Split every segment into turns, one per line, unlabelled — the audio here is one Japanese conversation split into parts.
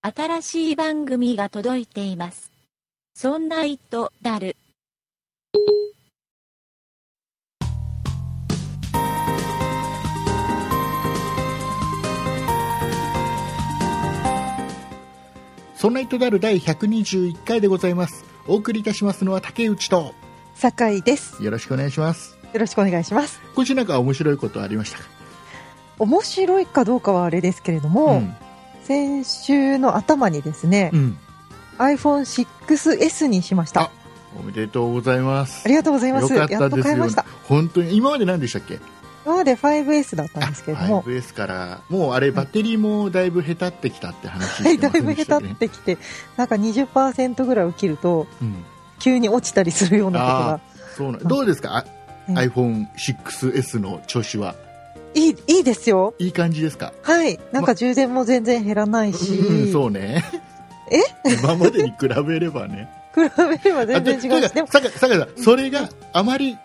新しい番組が届いています。そんな糸だる。
そんな糸である第121回でございます。お送りいたしますのは竹内と、
酒井です。
よろしくお願いします。
よろしくお願いします。
こちらが面白いことはありましたか
面白いかどうかはあれですけれども、
ん。
先週の頭にですね、
うん。
iPhone6S にしました。
あ
あ
おめでとうございます。
りがとうございます。
よ
や
かっ
ったと
です
買い
よ
ました。。
本当に、今まで何でしたっけ
今まで 5S だったんですけれども、
5S から、もうあれ、バッテリーもだいぶ下手ってきたって話
は
し
い、
て
だ
ませ
い
ん
ぶ
でした
下
っ
手
け、
ってきて、なんか20%ぐらい起きると、
うん。
急に落ちたりするようなこと
あ
が
あ、そうなんどうですか、あ
うん
?iPhone6S の調子は。
いい、いいですよ。
いい感じですか
はい。なんか充電も全然減らないし、
うん、そうね。
え
今までに比べればね。
比べれば全然違う
あ
し、で
で
も、
坂井坂井さん、それがあまり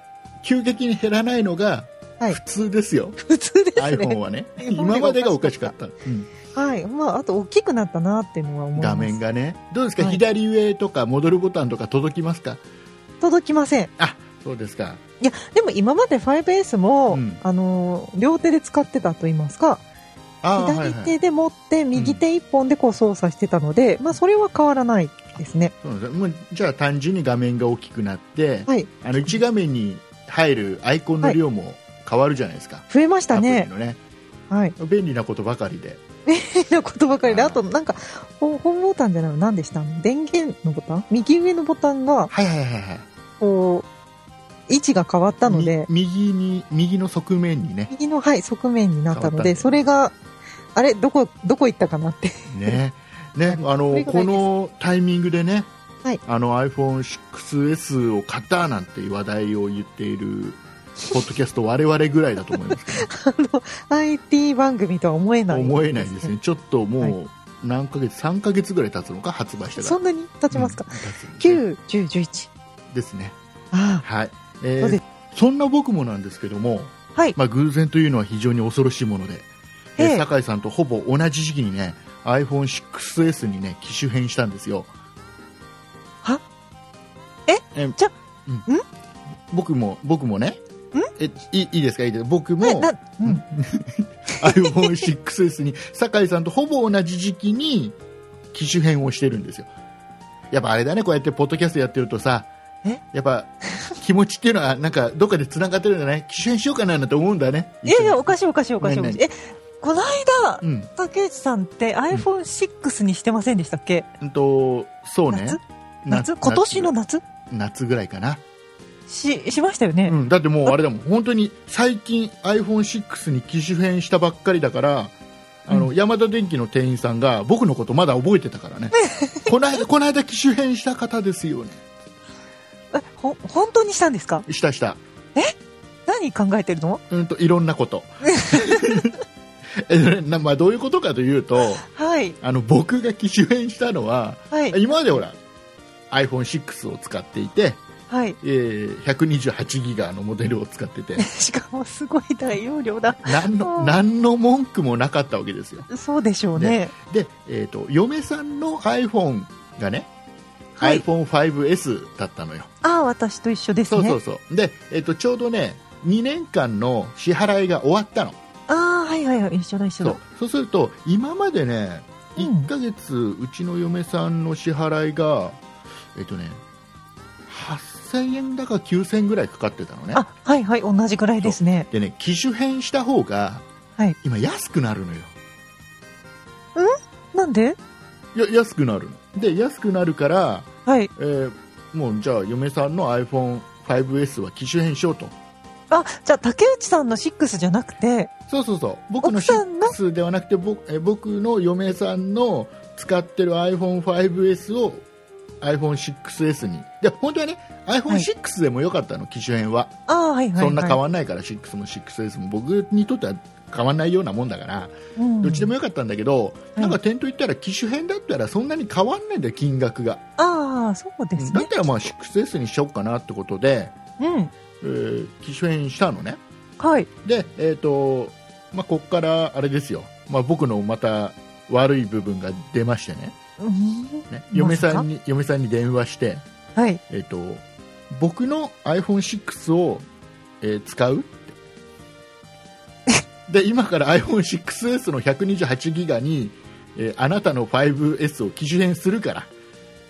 急激に減らないのが
はい
普通ですよ、
普通ですね
iPhone。はね、
iPhone が
今までがおかしかった、うん
はい。まあ、あと大きくなったなっていうのは思います。
画面がね、どうですか、
はい
左上とか戻るボタンとか届きますか、
届きません。
あそうですか、
いや、でも今まで 5S
う
も、
ん
あのー、両手で使ってたと言いますか、
あー
左
はいは
手
い
で持って、右手一本でこう操作してたので、まあ、それは変わらないですね。
そうなんですもうじゃあ、単純に画面が大きくなって、
はい。
あの1画面に入るアイコンの量も変わるじゃないですか、
増えました
アプ
ね
リ。のね、
はい。
便利なことばかりで、
変なことばかりで、
あー
あと、なんか、ホホームボタンじゃないの何でした電源のボタン右上のボタン
は
が、
いはいはいはい、
こう、位置が変わったので、
み右に右の側面にね、
右の、はい、側面になった
変わったん
の
だよ
で、それが、あれ、どこ、どこ行ったかなって。
ね、ね、あ
こ
の
れ
こ
ぐらいです
のタイミングでね、
はい
あの iPhone6S を買ったなんていう話題を言ってい るポッドキャスト我々ぐらいだと思いますけ
IT 番組とは思え
ど
ない、
思えないですね。ちょっと
は
もう何ヶ月、3ヶ月ぐらい経つのか発売してから
そんなに経ちますか、
うん経つんですね
9、10、11。
ですね
あ
はい、え
そう
ー
で、
そんな僕もなんですけども、
あ、はい。
まあ、偶然というのは非常に恐ろしいもので、え
ええ
酒井さんとほぼ同じ時期にね iPhone6S にね機種変したんですよ
はえちょ、
うん
ん
僕も僕もねえいいいですかいいですか僕
な
も
な、うん。
iPhone6S に酒井さんとほぼ同じ時期に機種変をしてるんですよやっぱあれだねこうやってポッドキャストやってるとさ
え
やっぱ気持ちっていうのはなんかどっかでつながってるんだね機種変しようかななんて思うんだね
いやいや、おかしいおかしいおかしいお
な
か
い
し。
ない
え、この間、
うん
竹内さんって iPhone6 にしてませんでしたっけ、
うんとそうね
夏
な
夏今年の夏
夏ぐらいかな、
し、しましたよね。
うん、だってもうあれだもん本当に最近 iPhone6 に機種変したばっかりだからあの、
う
山田電機の店員さんが僕のことまだ覚えてたから ねこの間この間機種変した方ですよね
え、ほ、本当にしたんですか
したした
何考えてるの
うんといろんなこと えなまあ、どういうことかというと
はい、
あの僕が機種変したのは
はい、
今までほら iPhone6 を使っていて、
はい。
え ー128ギガのモデルを使ってて
しかもすごい大容量だ。
何
う
の
ん
何の文句もなかったわけですよ
そうでしょうね。
で、えー、と嫁さんの iPhone がね、
はい
iPhone5S だったのよ
ああ、私と一緒です
そう
ね。
そうそうで、えー、とちょうどね2年間の支払いが終わったの
ああ、はいはいはい、一緒だ一緒
そう
だ。
そうすると今までね
うん
1ヶ月うちの嫁さんの支払いがえっ、とね8000円だか9000円ぐらいかかってたのね
あ、はいはい、同じぐらいですね。
でね機種変した方が
はい
今安くなるのよ
なんで
いや安くなるので安くなるから
はい。
えーもうじゃあ嫁さんの iPhone5S は機種変しようと
あ、じゃあ竹内さんの6じゃなくて、
そうそうそう僕の
奥さんの
6ではなくて僕えー僕の嫁さんの使ってる iPhone5S を iPhone6S にで本当はね
はい
iPhone6 でもよかったの、機種変は
ああ、はいはい、はい。
そんな変わんないから、6も 6S も僕にとっては変わんないようなもんだから、
うん
どっちでもよかったんだけど、
はい
なんか店頭行ったら機種変だったらそんなに変わんないんだよ金額が、
ああ、そうです
だっ
ね。
たらまあ 6S にしようかなってことで、
うん。
えー機種変したのね
はい。
で、えーとまあ、ここからあれですよ、まあ、僕のまた悪い部分が出ましてね
うん
ね嫁さんに嫁さんに電話して、
はい。
えっと僕の iPhone6 を、えー使うってで今から iPhone6S の128ギガに、えーあなたの 5S を機種変するから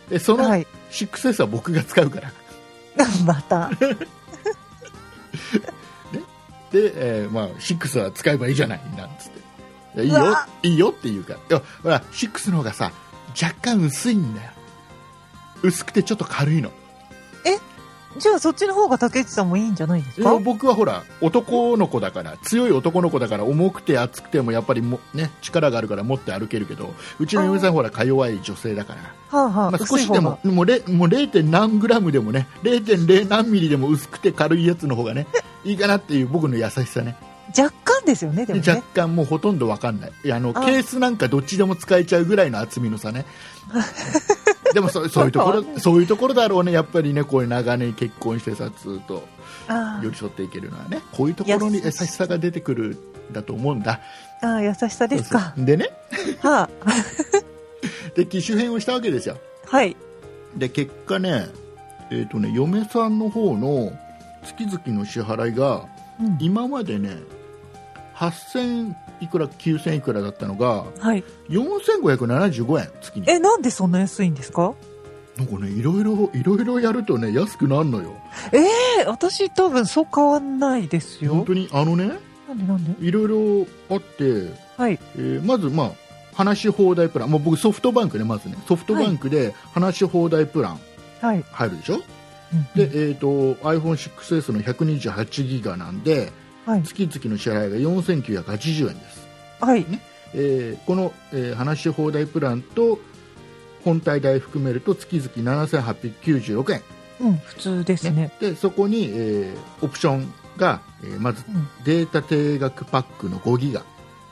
でその
はい。
6S は僕が使うから、
また。
で、えーまあ、6は使えばいいじゃないなんつっていやいいうよ
わ
いいよって言うからいやほら6の方がさ若干薄いんだよ薄くてちょっと軽いの
じゃあそっちの方が竹内さんもいいんじゃないです
いや
か
僕はほら男の子だから強い男の子だから重くて厚くてもやっぱりも、ね、力があるから持って歩けるけどうちの嫁さんほらか弱い女性だから、
はあはあ
まあ、少
薄い
し
方
で
が
ももうれもう 0. 何グラムでもね0.0何ミリでも薄くて軽いやつの方がねいいかなっていう僕の優しさね
若干ですよね、でも
若
ね。
干もうほとんどわかんないいやあの
あ
ケースなんかどっちでも使えちゃうぐらいの厚みの差ねでもそそういうとこ
そうか
ろそういうところだろうねやっぱりねこういう長年結婚してさずっと
あ
寄り添っていけるのはねこういうところに優しさが出てくるんだと思うんだ
あああ、優しさです
そう
か
そ。うでね
はあ。
で機種変をしたわけですよ
はい。
で結果ねえっ、とね嫁さんの方の月々の支払いが
うん
今までね8000いくら9000いくらだったのが
はい。
4575円月に
え、なんでそんな安いんですか
なんかねいろいろいろいろやるとね安くなるのよ
え、私多分そう変わんないです
本
よ
当。にあのね
なんでなんで
いろいろあって
はい。
えーまず、まあ、話し放題プラン、もう僕ソフトバンクね、まずね、ソフトバンクで話し放題プラン
はい。
入るでしょ、
うん
で、えっ、と、iPhone6S の128ギガなんで、
はい。
月々の支払いが4980円です。
はい。
えーこの、えー話し放題プランと、本体代含めると月々7896円。
うん、普通ですね。
で、そこに、えーオプションが、えーまず
うん、
データ定額パックの5ギガ。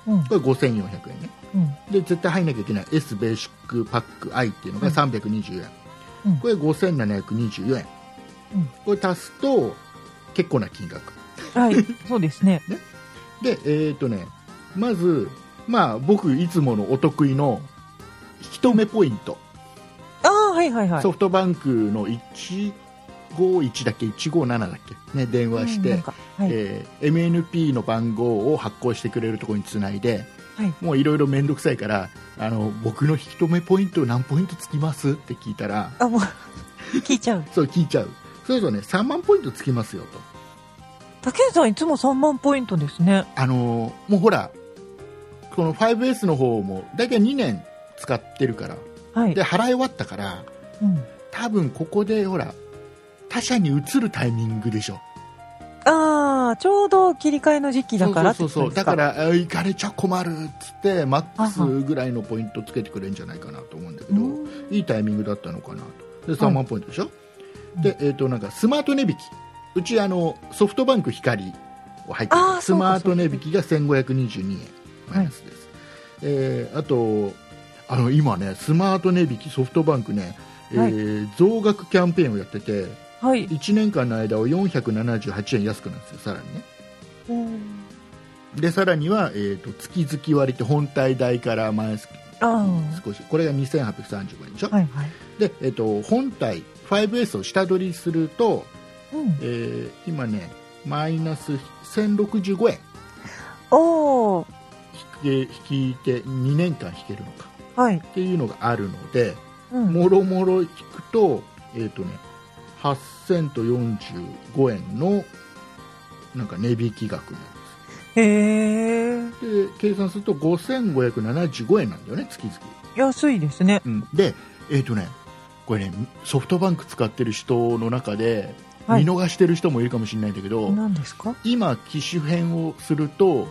うん、
これ5400円ね。
うん。
で絶対入んなきゃいけない S ベーシックパック I っていうのが
うん
320円、
うん
これ5724円、
うん
これ足すと結構な金額
はい。そうですね。
でえーっ、とねまずまあ僕いつものお得意の一目ポイント、
ああ、はいはいはい。
ソフトバンクの151だっけ157だっけね電話し
うん
て
なん、かはい。
えー MNP の番号を発行してくれるところにつないで、
はい
もういろいろ面倒くさいからあの僕の引き止めポイント何ポイントつきますって聞いたら
あ、もう、 聞いちゃう。
そう聞いちゃうそうするとね3万ポイントつきますよと
竹内さんいつも3万ポイントですね。
あのーもうほらこの 5S の方も大体2年使ってるから
はい
で。払い終わったから
うん。
多分ここでほら他社に移るタイミングでしょ
ああ、ちょうど切り替えの時期だからって
そ
こ
うそうそ
と
う
です
だ
か
からあ行かれちゃ困るっつってマックスぐらいのポイントつけてくれるんじゃないかなと思うんだけど、
うん
いいタイミングだったのかなとで3万ポイントでしょ、で、えー、となんかスマート値引きうちあのソフトバンク光を入ってる
あーそうか
スマート値引きが1522円マイナスです、えーあとあの今ねスマート値引きソフトバンクね、えー増額キャンペーンをやってて
はい。
1年間の間を478円安くなるんですよさらにね
うん
でさらには、えー、と月々割って本体代から毎月
ああ。
少しこれが2830円でしょ、
はいはい。
で、えっと、本体 5S を下取りすると、
うん。
えー今ねマイナス1065円
おー。
引け引いて2年間引けるのか
はい。
っていうのがあるので
うん。
もろもろ引くとえっ、とね8000と45円のなんか値引き額にな
へえ。
るで計算すると5575円なんだよね月々、
安いですね。
でえっ、とねこれねソフトバンク使ってる人の中で
は
見
い。
逃してる人もいるかもしれないんだけど、
何ですか
今、機種変をすると、
うん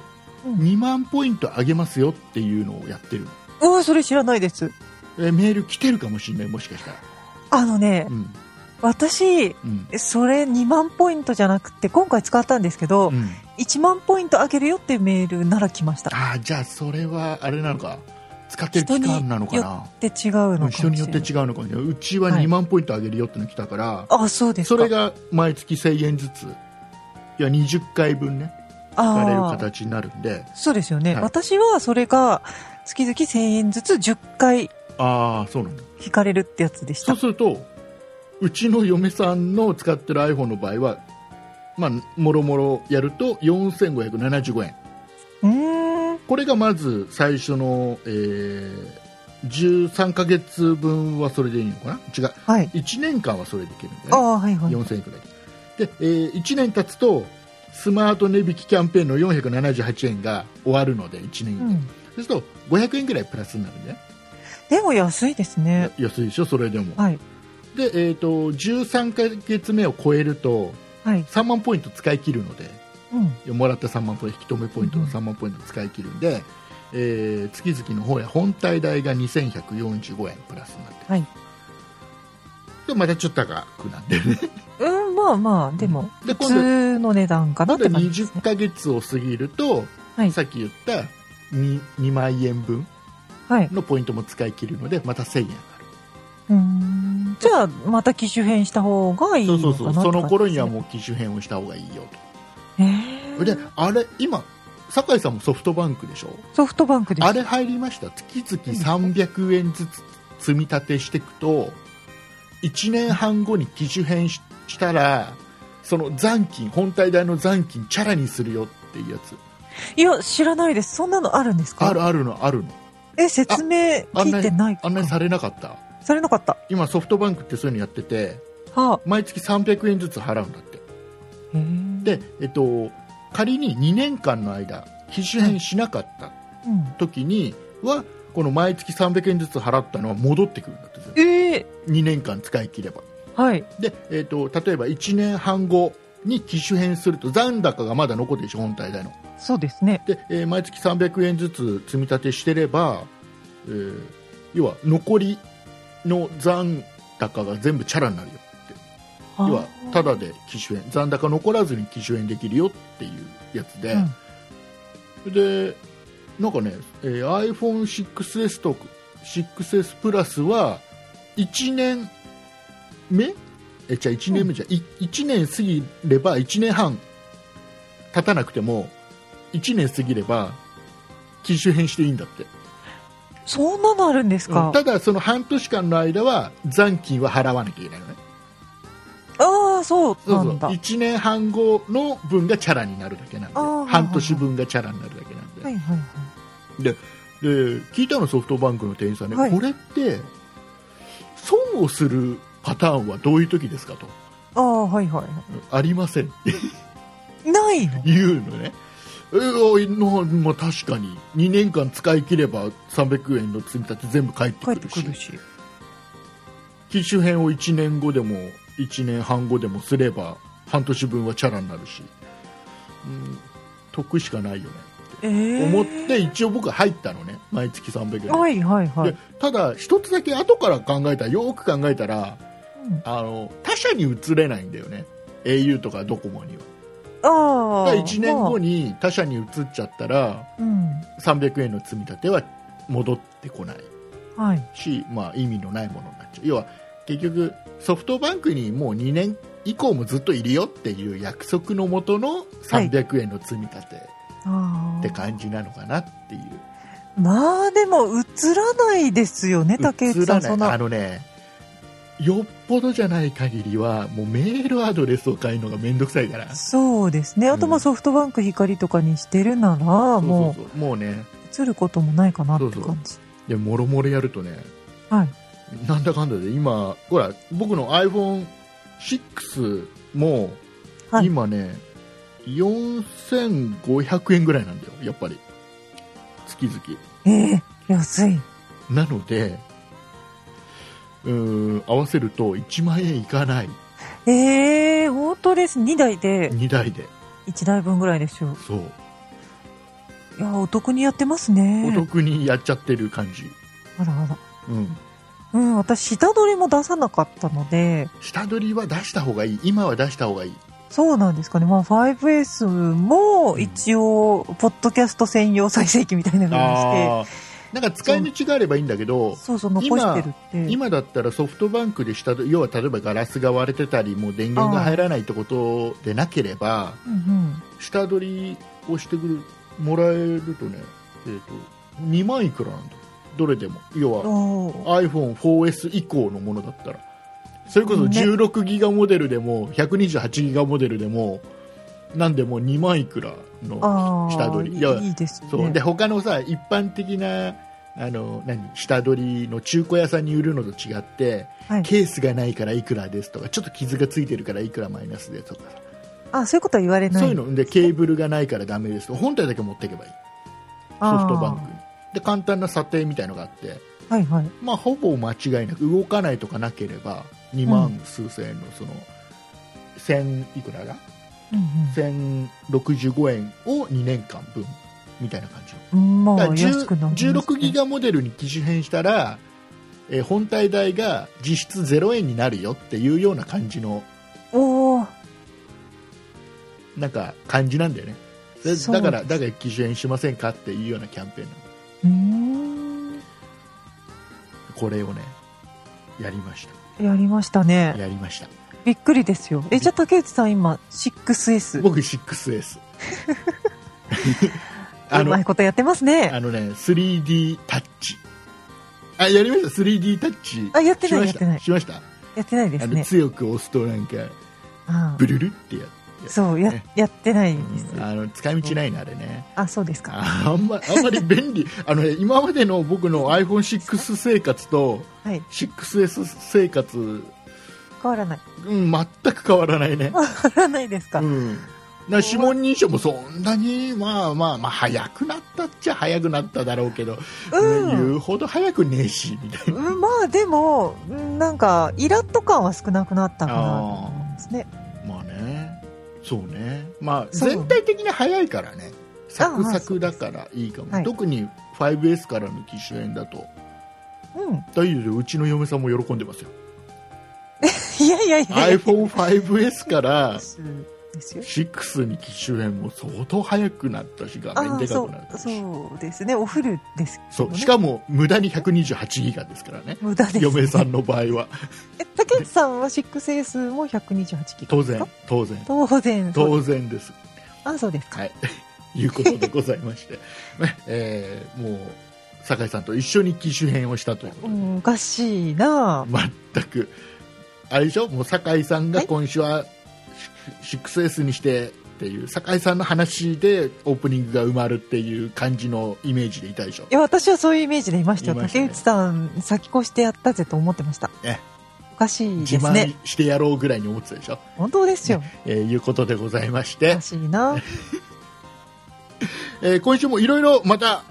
2万ポイント上げますよっていうのをやってるの
うわ、それ知らないです。
えメール来てるかもしれない、もしかしたら。
あのね
う、ん
私、
うん
それ2万ポイントじゃなくて、今回使ったんですけど、
うん、
1万ポイント上げるよっていうメールなら来ました。
ああ、じゃあそれはあれなのか、使ってる期間なのかな、
で違う
う
の
ん
か
人
も
に
し
よ
れ
っ
な
て
い。
違うのかもしれない、うちは
はい
2万ポイント上げるよっての来たから、
あ、そうです
そ
か。
れが毎月1000円ずつ、いや20回分ね、
あ
使われる
ー
形になるんで、
そうですよね、
はい
私はそれが月々1000円ずつ10回
ああそうなんだ
引かれるってやつでし
そ
た
うするとうちの嫁さんの使ってる iPhone の場合はまあもろもろやると4575円
うーん
これがまず最初の、えー13ヶ月分はそれでいいのかな違う
はい
1年間はそれでいけるんだ
あ
よね
あはいはい
4000円くらいで、え1年経つとスマート値引きキャンペーンの478円が終わるので1年で、
うん
そうすると500円くらいプラスになるんだよね
でも安いですね
安いでしょそれでも、
はい
で、えー、と13ヶ月目を超えると
はい
3万ポイント使い切るので
うん
もらった3万ポイント引き止めポイントの3万ポイント使い切るんで、えー月々の方や本体代が2145円プラスになって
はい
でまたちょっと高くなってね
うんまあまあでも
で
普
今度
通の値段か
今
なっ
度
て感じです
20
ね
ヶ月を過ぎると、
はい
さっき言った 2, 2万円分
はい
のポイントも使い切るのでまた1000円上がる
うーんじゃあまた機種変した方がいい
そ
の
う
か
そ
な
うそうその頃には
う
もう機種変をした方がいいよとで
え
あれ今酒井さんもソフトバンクでしょ
ソフトバンクです
あれ入りました月々300円ずつ積み立てしていくと1年半後に機種変ししたらその残金本体代の残金チャラにするよっていうやつ
いや知らないですそんなのあるんですか
あるあるのあるの
え説明聞いてないか
案内されなかった
されなかった
今ソフトバンクってそういうのやってて
はあ
毎月300円ずつ払うんだって
へー
で、えっと、仮に2年間の間機種変しなかった
うん
時にはこの毎月300円ずつ払ったのは戻ってくるんだって
ええ
2年間使い切れば
はい
で、えー、と例えば1年半後に機種変すると残高がまだ残ってるでしょ本体代の
そうですね
で、えー毎月300円ずつ積み立てしてれば、えー要は残りの残高が全部チャラになるよって
あー
要はただで機種変残高残らずに機種変できるよっていうやつで、
うん
でなんかね、えー iPhone6S と 6S プラスは1年目えじゃ1年目じゃ、い1年過ぎれば1年半経たなくても1年過ぎれば機種変していいんだって、
そんなのあるんですか、
うんただその半年間の間は残金は払わなきゃいけないのね
ああそう
そ
な
うそうん
だ
1年半後の分がチャラになるだけなんで
あー
半年分がチャラになるだけなんで、
はいはいはい
で聞いたのソフトバンクの店員さんに、
はい
これって損をするパターンはどういう時ですかと
ああはいは
ありませんって
いないの
言うのねえーあなまあ、確かに2年間使い切れば300円の積み立て全部返って
帰
く
って
る
く
し
るし
機種変を1年後でも1年半後でもすれば半年分はチャラになるし、うん、得しかないよね
ええ
思って一応僕は入ったのね毎月300円、
はいはいは
で
い、
ただ一つだけ後から考えたらよく考えたら
うん
あの他社に移れないんだよね au とかドコモには
あ
だか
あ
ら1年後に他社に移っちゃったら
うん
300円の積み立ては戻ってこない
はい
し、まあ、意味のないものになっちゃう要は結局ソフトバンクにもう2年以降もずっといるよっていう約束のもとの300円の積み立て
あ
って
あ
感じなのかなっていう、
まあでも映らないですよね竹内
映
さ
ら
んそん
ないあ
な
のねよっぽどじゃない限りはもうメールアドレスを変えるのが面倒くさいから
そうですねあとま
う
あ
ん
ソフトバンク光とかにしてるならも
そうそうそうもうね
う映ることもないかなって
そうそう
感じ
でもろもろやるとね
はい
なんだかんだで今ほら僕の iPhone6 も
はい
今ね、4500円ぐらいなんだよやっぱり月々
ええ安い
なのでうーん合わせると1万円いかない
ええ本当です2台で
2台で
1台分ぐらいでしょう
そう
いやお得にやってますね
お得にやっちゃってる感じ
あらあら
うん
うん私下取りも出さなかったので
下取りは出した方がいい今は出した方がいい
そうなんですかね。まあ、5S も一応、ポッドキャスト専用再生機みたいな風にして、
あーなんか使い道があればいいんだけど
そうそう、残してるって。
今だったらソフトバンクで下取り要は例えばガラスが割れてたりもう電源が入らないってことでなければ
うんうん。
下取りをしてくるもらえるとね、えー、と2万いくらなんだどれでも要は
おー
iPhone4S 以降のものだったらそれこそ16ギガモデルでも128ギガモデルでもなんでも2万いくら
あ
の
ー
下取りいや
いいですね
そうで他のさ一般的なあの何下取りの中古屋さんに売るのと違って
はい、
ケースがないからいくらですとかちょっと傷がついてるからいくらマイナスでとかさ
あそういうことは言われない
そういうのでケーブルがないからダメですと本体だけ持っていけばいいソフトバンクにで簡単な査定みたいのがあって、
クはいはい
まあ、ほぼ間違いなく動かないとかなければ2万数千円のその、1000いくらが
う
1065円を2年間分みたいな感じ
んうん、ま
だ
あ
から
安くなりますね
10 16ギガモデルに機種変したら、えー本体代が実質0円になるよっていうような感じの
おお
なんか感じなんだよねで
そう
だから
です
だから機種変しませんかっていうようなキャンペーンなの
うーん
これをねやりまし
やりました
た
ね
やりました
びっくりですよえじゃあ竹内さん今 6S
僕 6S あ
う
の
まいことやってますね
あのね 3D タッチあやりました 3D タッチ
あやってない
しました
やってない
しました
やってないで
あ
す
の
ね
強く押すとなんか
あ
ブルルってや
あそうや
ね
やってない
つ、
です
うんあの使い道ないなあれね
あそうですか
ああんまあんまり便利あの、ね、今までの僕の iPhone6 生活と
はい
6S 生活、
変わらない
うん、全く変わらないね
変わらないですか
うん、な指紋認証もそんなに、まあまあまあ、早くなったっちゃ早くなっただろうけど、
うん
言うほど早くねえしみたいな、
うんまあでもうんなんかイラッと感は少なくなったかなと
あ
思いますね
まあね、そうね、まあ、
そう
全体的に早いからね、サクサクだからいいかも、
はい
特に 5S からの機種変だと、
うん
大丈夫ですようちの嫁さんも喜んでますよ、
いやいやいやいや
iPhone5S から
ですよ
6に機種変も相当早くなったし、画面
あ
でか
そ
くなった
う
し。
そうですねおフルですけ
そ
どね
うしかも無駄に128ギガですからね、
無駄です、ね、
嫁さんの場合は
え竹内さんは 6S も128ギガ
当
です
然
か
当然
当然
当然です
あそうですか、
はいいうことでございまして、 ねえーもう酒井さんと一緒に機種変をしたというこ
う
とで、
ん、おかしいな
全くあれでしょもう酒井さんが
はい
今週はシ 6S にしてっていう酒井さんの話でオープニングが埋まるっていう感じのイメージでいたでしょ
いや私はそういうイメージでいましたよ
いました
竹
ね
内さん先越してやったぜと思ってました
ね
おかしい
自
ですね
慢してやろうぐらいに思ってたでしょ、
本当ですよ
えーいうことでございまし
お
て
かしいな
えー今週もいろいろまた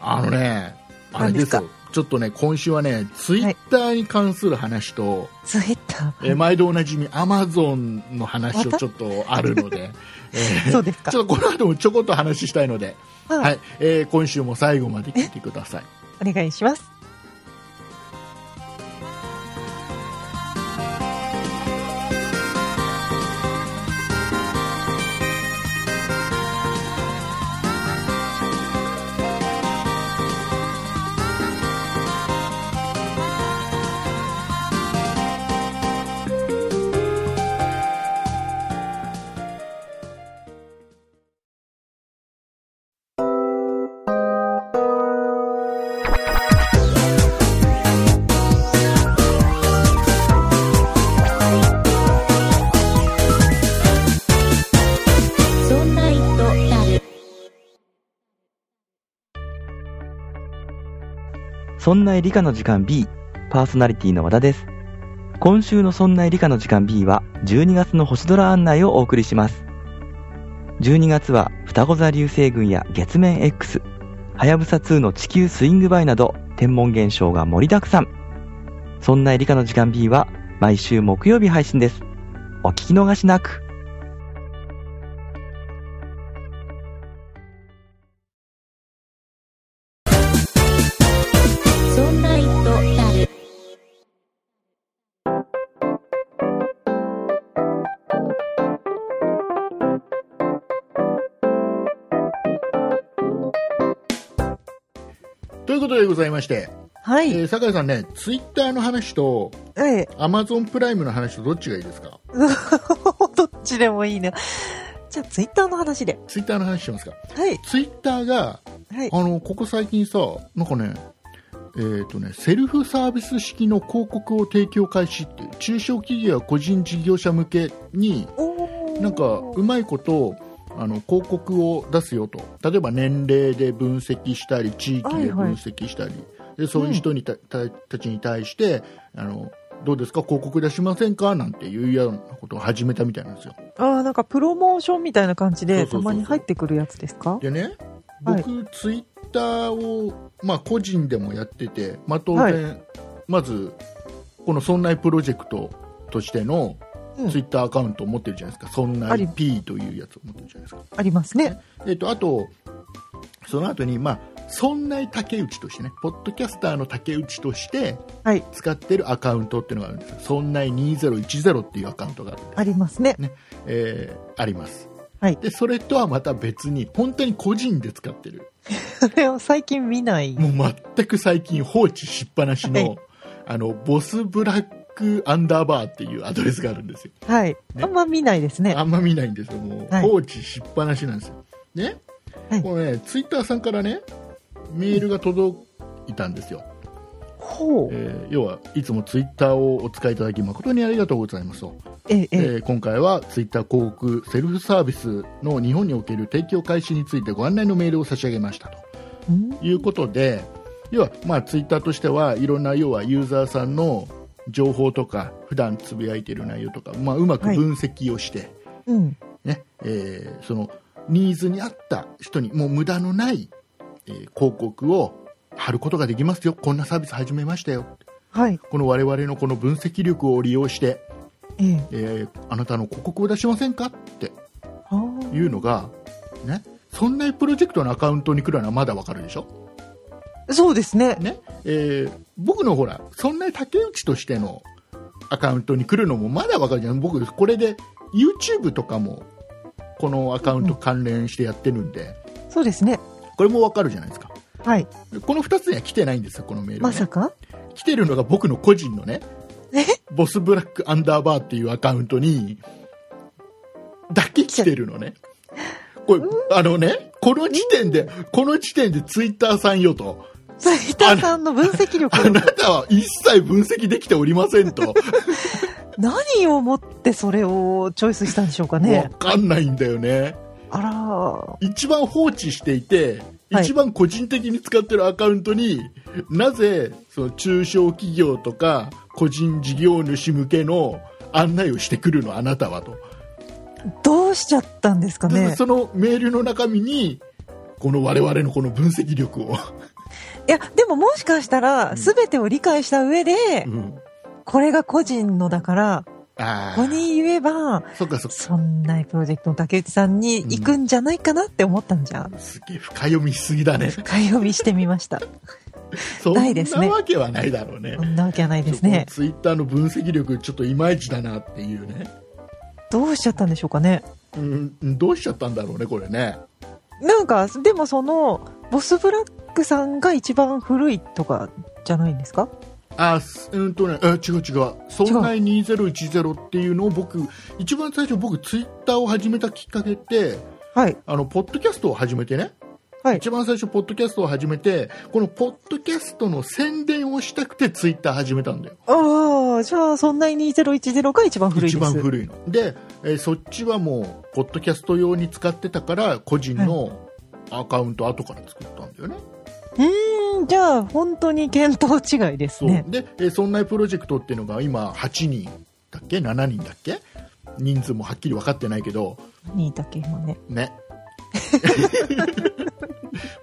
あのねあれですよ
何
ちょっとね今週はねツイッターに関する話と、
ツイッタ
えー
ー
毎度おなじみアマゾンの話をちょっとあるので、えー
そうですか
ちょっとこの後もちょこっと話したいので、
はい、
はいえー今週も最後まで聞いてください
お願いします
そんな糸だる。
そんな理科の時間 B パーソナリティの和田です今週のそんな理科の時間 B は12月の星空案内をお送りします12月は双子座流星群や月面 X はやぶさ2の地球スイングバイなど天文現象が盛りだくさんそんな理科の時間 B は毎週木曜日配信ですお聞き逃しなく
そんな糸だる。
ということでございまして、
は
え
い、え
ー酒井さんねツイッターの話と
え
アマゾンプライムの話とどっちがいいですか
どっちでもいいなじゃあツイッターの話で
ツイッターの話しますか
はい
ツイッターが
はい。
あのここ最近さなんかねえーとね、セルフサービス式の広告を提供開始っていう中小企業や個人事業者向けに
おー
なんかうまいことあの広告を出すよと例えば年齢で分析したり地域で分析したり、でそういう人にた,た、たちに対してあのどうですか広告出しませんかなんていうようなことを始めたみたいなんですよ。
あーなんかプロモーションみたいな感じ
そう
で、
そうそうそ
た
う
まに入ってくるやつですか
でね
はい
僕、ツイッターを、まあ、個人でもやってて、まあ、当然、
は
まずこの「そんないプロジェクト」としての
うん
ツイッターアカウントを持ってるじゃないですか「そんな
あ
い
り
P」というやつを持ってるじゃないですか。
ありますね。
えっとあとその後にまあそんな竹内としてねポッドキャスターの竹内として
はい。
使ってるアカウントっていうのがあるんですよそんない2010っていうアカウントがあるんで
ありますね。
えーあります、
はい
でそれとはまた別に本当に個人で使ってる
それを最近見ない。
もう全く最近放置しっぱなしの,、
はい
あのボスブラックアンダーバーっていうアドレスがあるんですよ
はい。
ね
あんま見ないですね。
あんま見ないんですよ、もう、
はい
放置しっぱなしなんですよ。ね、
はい
これね、ツイッターさんからね、メールが届いたんですよ。
ほう。
えー要はいつもツイッターをお使いいただき誠にありがとうございますと、
ええ、
え
ええ。
ー今回はツイッター広告セルフサービスの日本における提供開始についてご案内のメールを差し上げましたと
うん
いうことで要は、まあ、ツイッターとしてはいろんな要はユーザーさんの情報とか普段つぶやいている内容とか、まあ、うまく分析をして、
うん。
ねえーそのニーズに合った人にもう無駄のない、えー広告を貼ることができますよこんなサービス始めましたよ
はい。
この我々のこの分析力を利用して、
ええ。
えーあなたの広告を出しませんかって
あー
いうのが、ね、そんなプロジェクトのアカウントに来るのはまだわかるでしょ、
そうですね。
ねえー僕のほらそんな竹内としてのアカウントに来るのもまだわかるじゃん僕これで YouTube とかもこのアカウント関連してやってるんで。
そうですね。
これもわかるじゃないですか。
はい。
この2つには来てないんですよ、このメール、ね。
まさか
来てるのが僕の個人のね、
え
ボスブラックアンダーバーっていうアカウントに、だけ来てるのね。これ、あのね、この時点で、この時点でツイッターさんよと、
ツイッターさんの分析
あ
力
なたは一切分析できておりません と、
何をもってそれをチョイスしたんでしょうか
わ
ね
かんないんだよね。
あらー
一番放置していて、
はい
一番個人的に使ってるアカウントになぜその中小企業とか個人事業主向けの案内をしてくるのあなたはと、
どうしちゃったんですか
で
ね
そのメールの中身にこの我々のこの分析力を、
いやでももしかしたら全てを理解した上で、
うん、
これが個人のだから
あ
こ
あ
こに言えば
そっかそっか
そんなプロジェクトの竹内さんに行くんじゃないかなって思ったんじゃ、
すげえ深読みしすぎだね
買い読みしてみました
そん
ないですね
なわけはないだろうね
そんなわけはないですね
ツイッターの分析力ちょっといまいちだなっていうね、
どうしちゃったんでしょうかね
うん、どうしちゃったんだろうねこれね
なんかでもそのボスブラックさんが一番古いとかじゃないんですか
あすうんとね、え違う違う、そんな2010っていうのを僕、一番最初、僕、ツイッターを始めたきっかけって、
はい
あのポッドキャストを始めてね、
はい
一番最初、ポッドキャストを始めて、このポッドキャストの宣伝をしたくて、ツイッター始めたんだよ、
ああ、じゃあ、そんなに2010が一番古いです。
一番古いの。で、えーそっちはもう、ポッドキャスト用に使ってたから、個人のアカウント、後から作ったんだよね。
うーん、じゃあ、本当に見当違いです
そう
ね。
で、えーそんなプロジェクトっていうのが今8人だっけ7人だっけ人数もはっきり分かってないけど
何いたっけ、今ね。
ね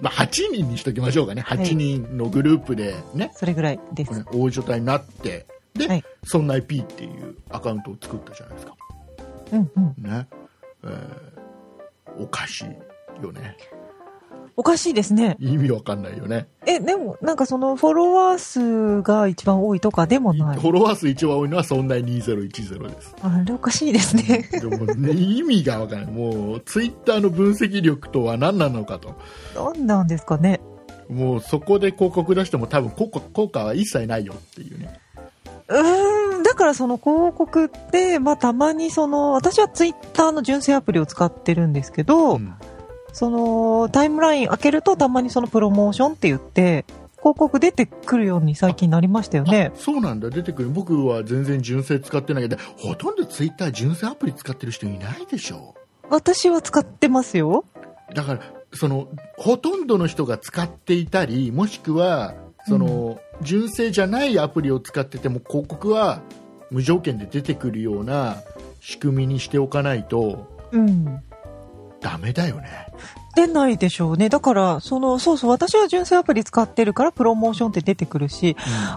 まあ8人にしときましょうかね
い
8人のグループでね、
それぐらいです。
ね大所帯になってで、
はい
そんな P っていうアカウントを作ったじゃないですか
うんうん。
ね、えーおかしいよね
おかしいですね。
意味わかんないよね
え、でも、なんかその、フォロワー数が一番多いとかでも
フ
ない。
ォロワー数一番多いのはそんな2010です
あれおかしいですね。
でもね、意味がわからない。もう、ツイッターの分析力とは何なのかと。
何なんですかね。
もう、そこで広告出しても多分効果、効果は一切ないよっていうね。
うーん、だからその広告って、まあたまにその、私はツイッターの純正アプリを使ってるんですけど、
うん
その、タイムライン開けるとたまにそのプロモーションって言って、広告出てくるように最近なりましたよね。
そうなんだ出てくる僕は全然純正使ってないけどほとんどツイッター純正アプリ使ってる人いないでしょ
私は使ってますよ。
だからそのほとんどの人が使っていたりもしくはその、純正じゃないアプリを使ってても広告は無条件で出てくるような仕組みにしておかないと
うん。
ダメだよね
出ないでしょうね。だから、その、そうそう、私は純正アプリ使ってるからプロモーションって出てくるし、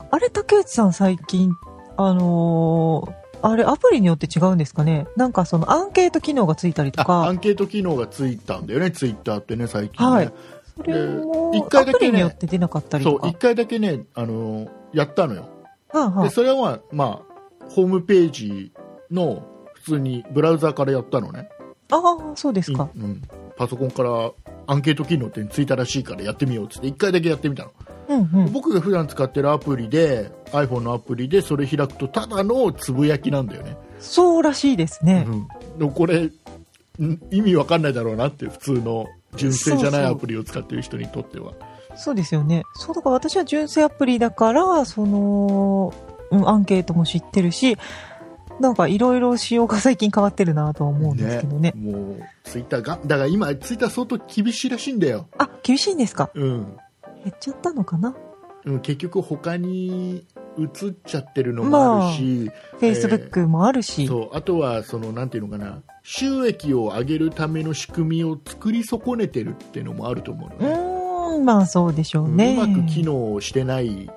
あれ、竹内さん最近、あのーあれ、アプリによって違うんですかねなんかその、アンケート機能がついたりと
あア
か、
ンケート機能がついたんだよね、ツイッターってね、最近ね。
はいそれも
で一、
ア
回だけね
プリによって出なかったり
そ
と
う、
か
一。回だけね、あのーやったのよ。
はいは
で、
い。
それは、まあ、ホームページの、普通にブラウザからやったのね。
ああ、そうですか。
うんうんパソコンからアンケート機能ってついたらしいからやってみようっつって、一回だけやってみたの。
うんうん。
僕が普段使ってるアプリで、iPhone のアプリでそれ開くと、ただのつぶやきなんだよね。
そうらしいですね。
うん、これん意味わかんないだろうなって普通の純正じゃないアプリを使ってる人にとっては
そうですよね。そう、だから私は純正アプリだから、その、うん、アンケートも知ってるし、なんかいろいろ仕様が最近変わってるなとは思うんですけどね。
もうツイッターがだから今ツイッター相当厳しいらしいんだよ、
あ、厳しいんですか
うん、
減っちゃったのかな
うん結局他に移っちゃってるのもあるし、
?Facebook もあるし。
そうあとはそのなんていうのかな収益を上げるための仕組みを作り損ねてるっていうのもあると思うの
う
ね、
ーん、まあそうでしょう
う
ね。
まく機能してない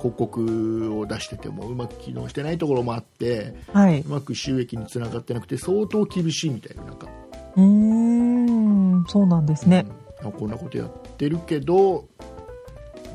広告を出しててもうまく機能してないところもあって。
はいう
まく収益につながってなくて相当厳しいみたいななんか、
うーん、そうなんですね。
うんこんなことやってるけど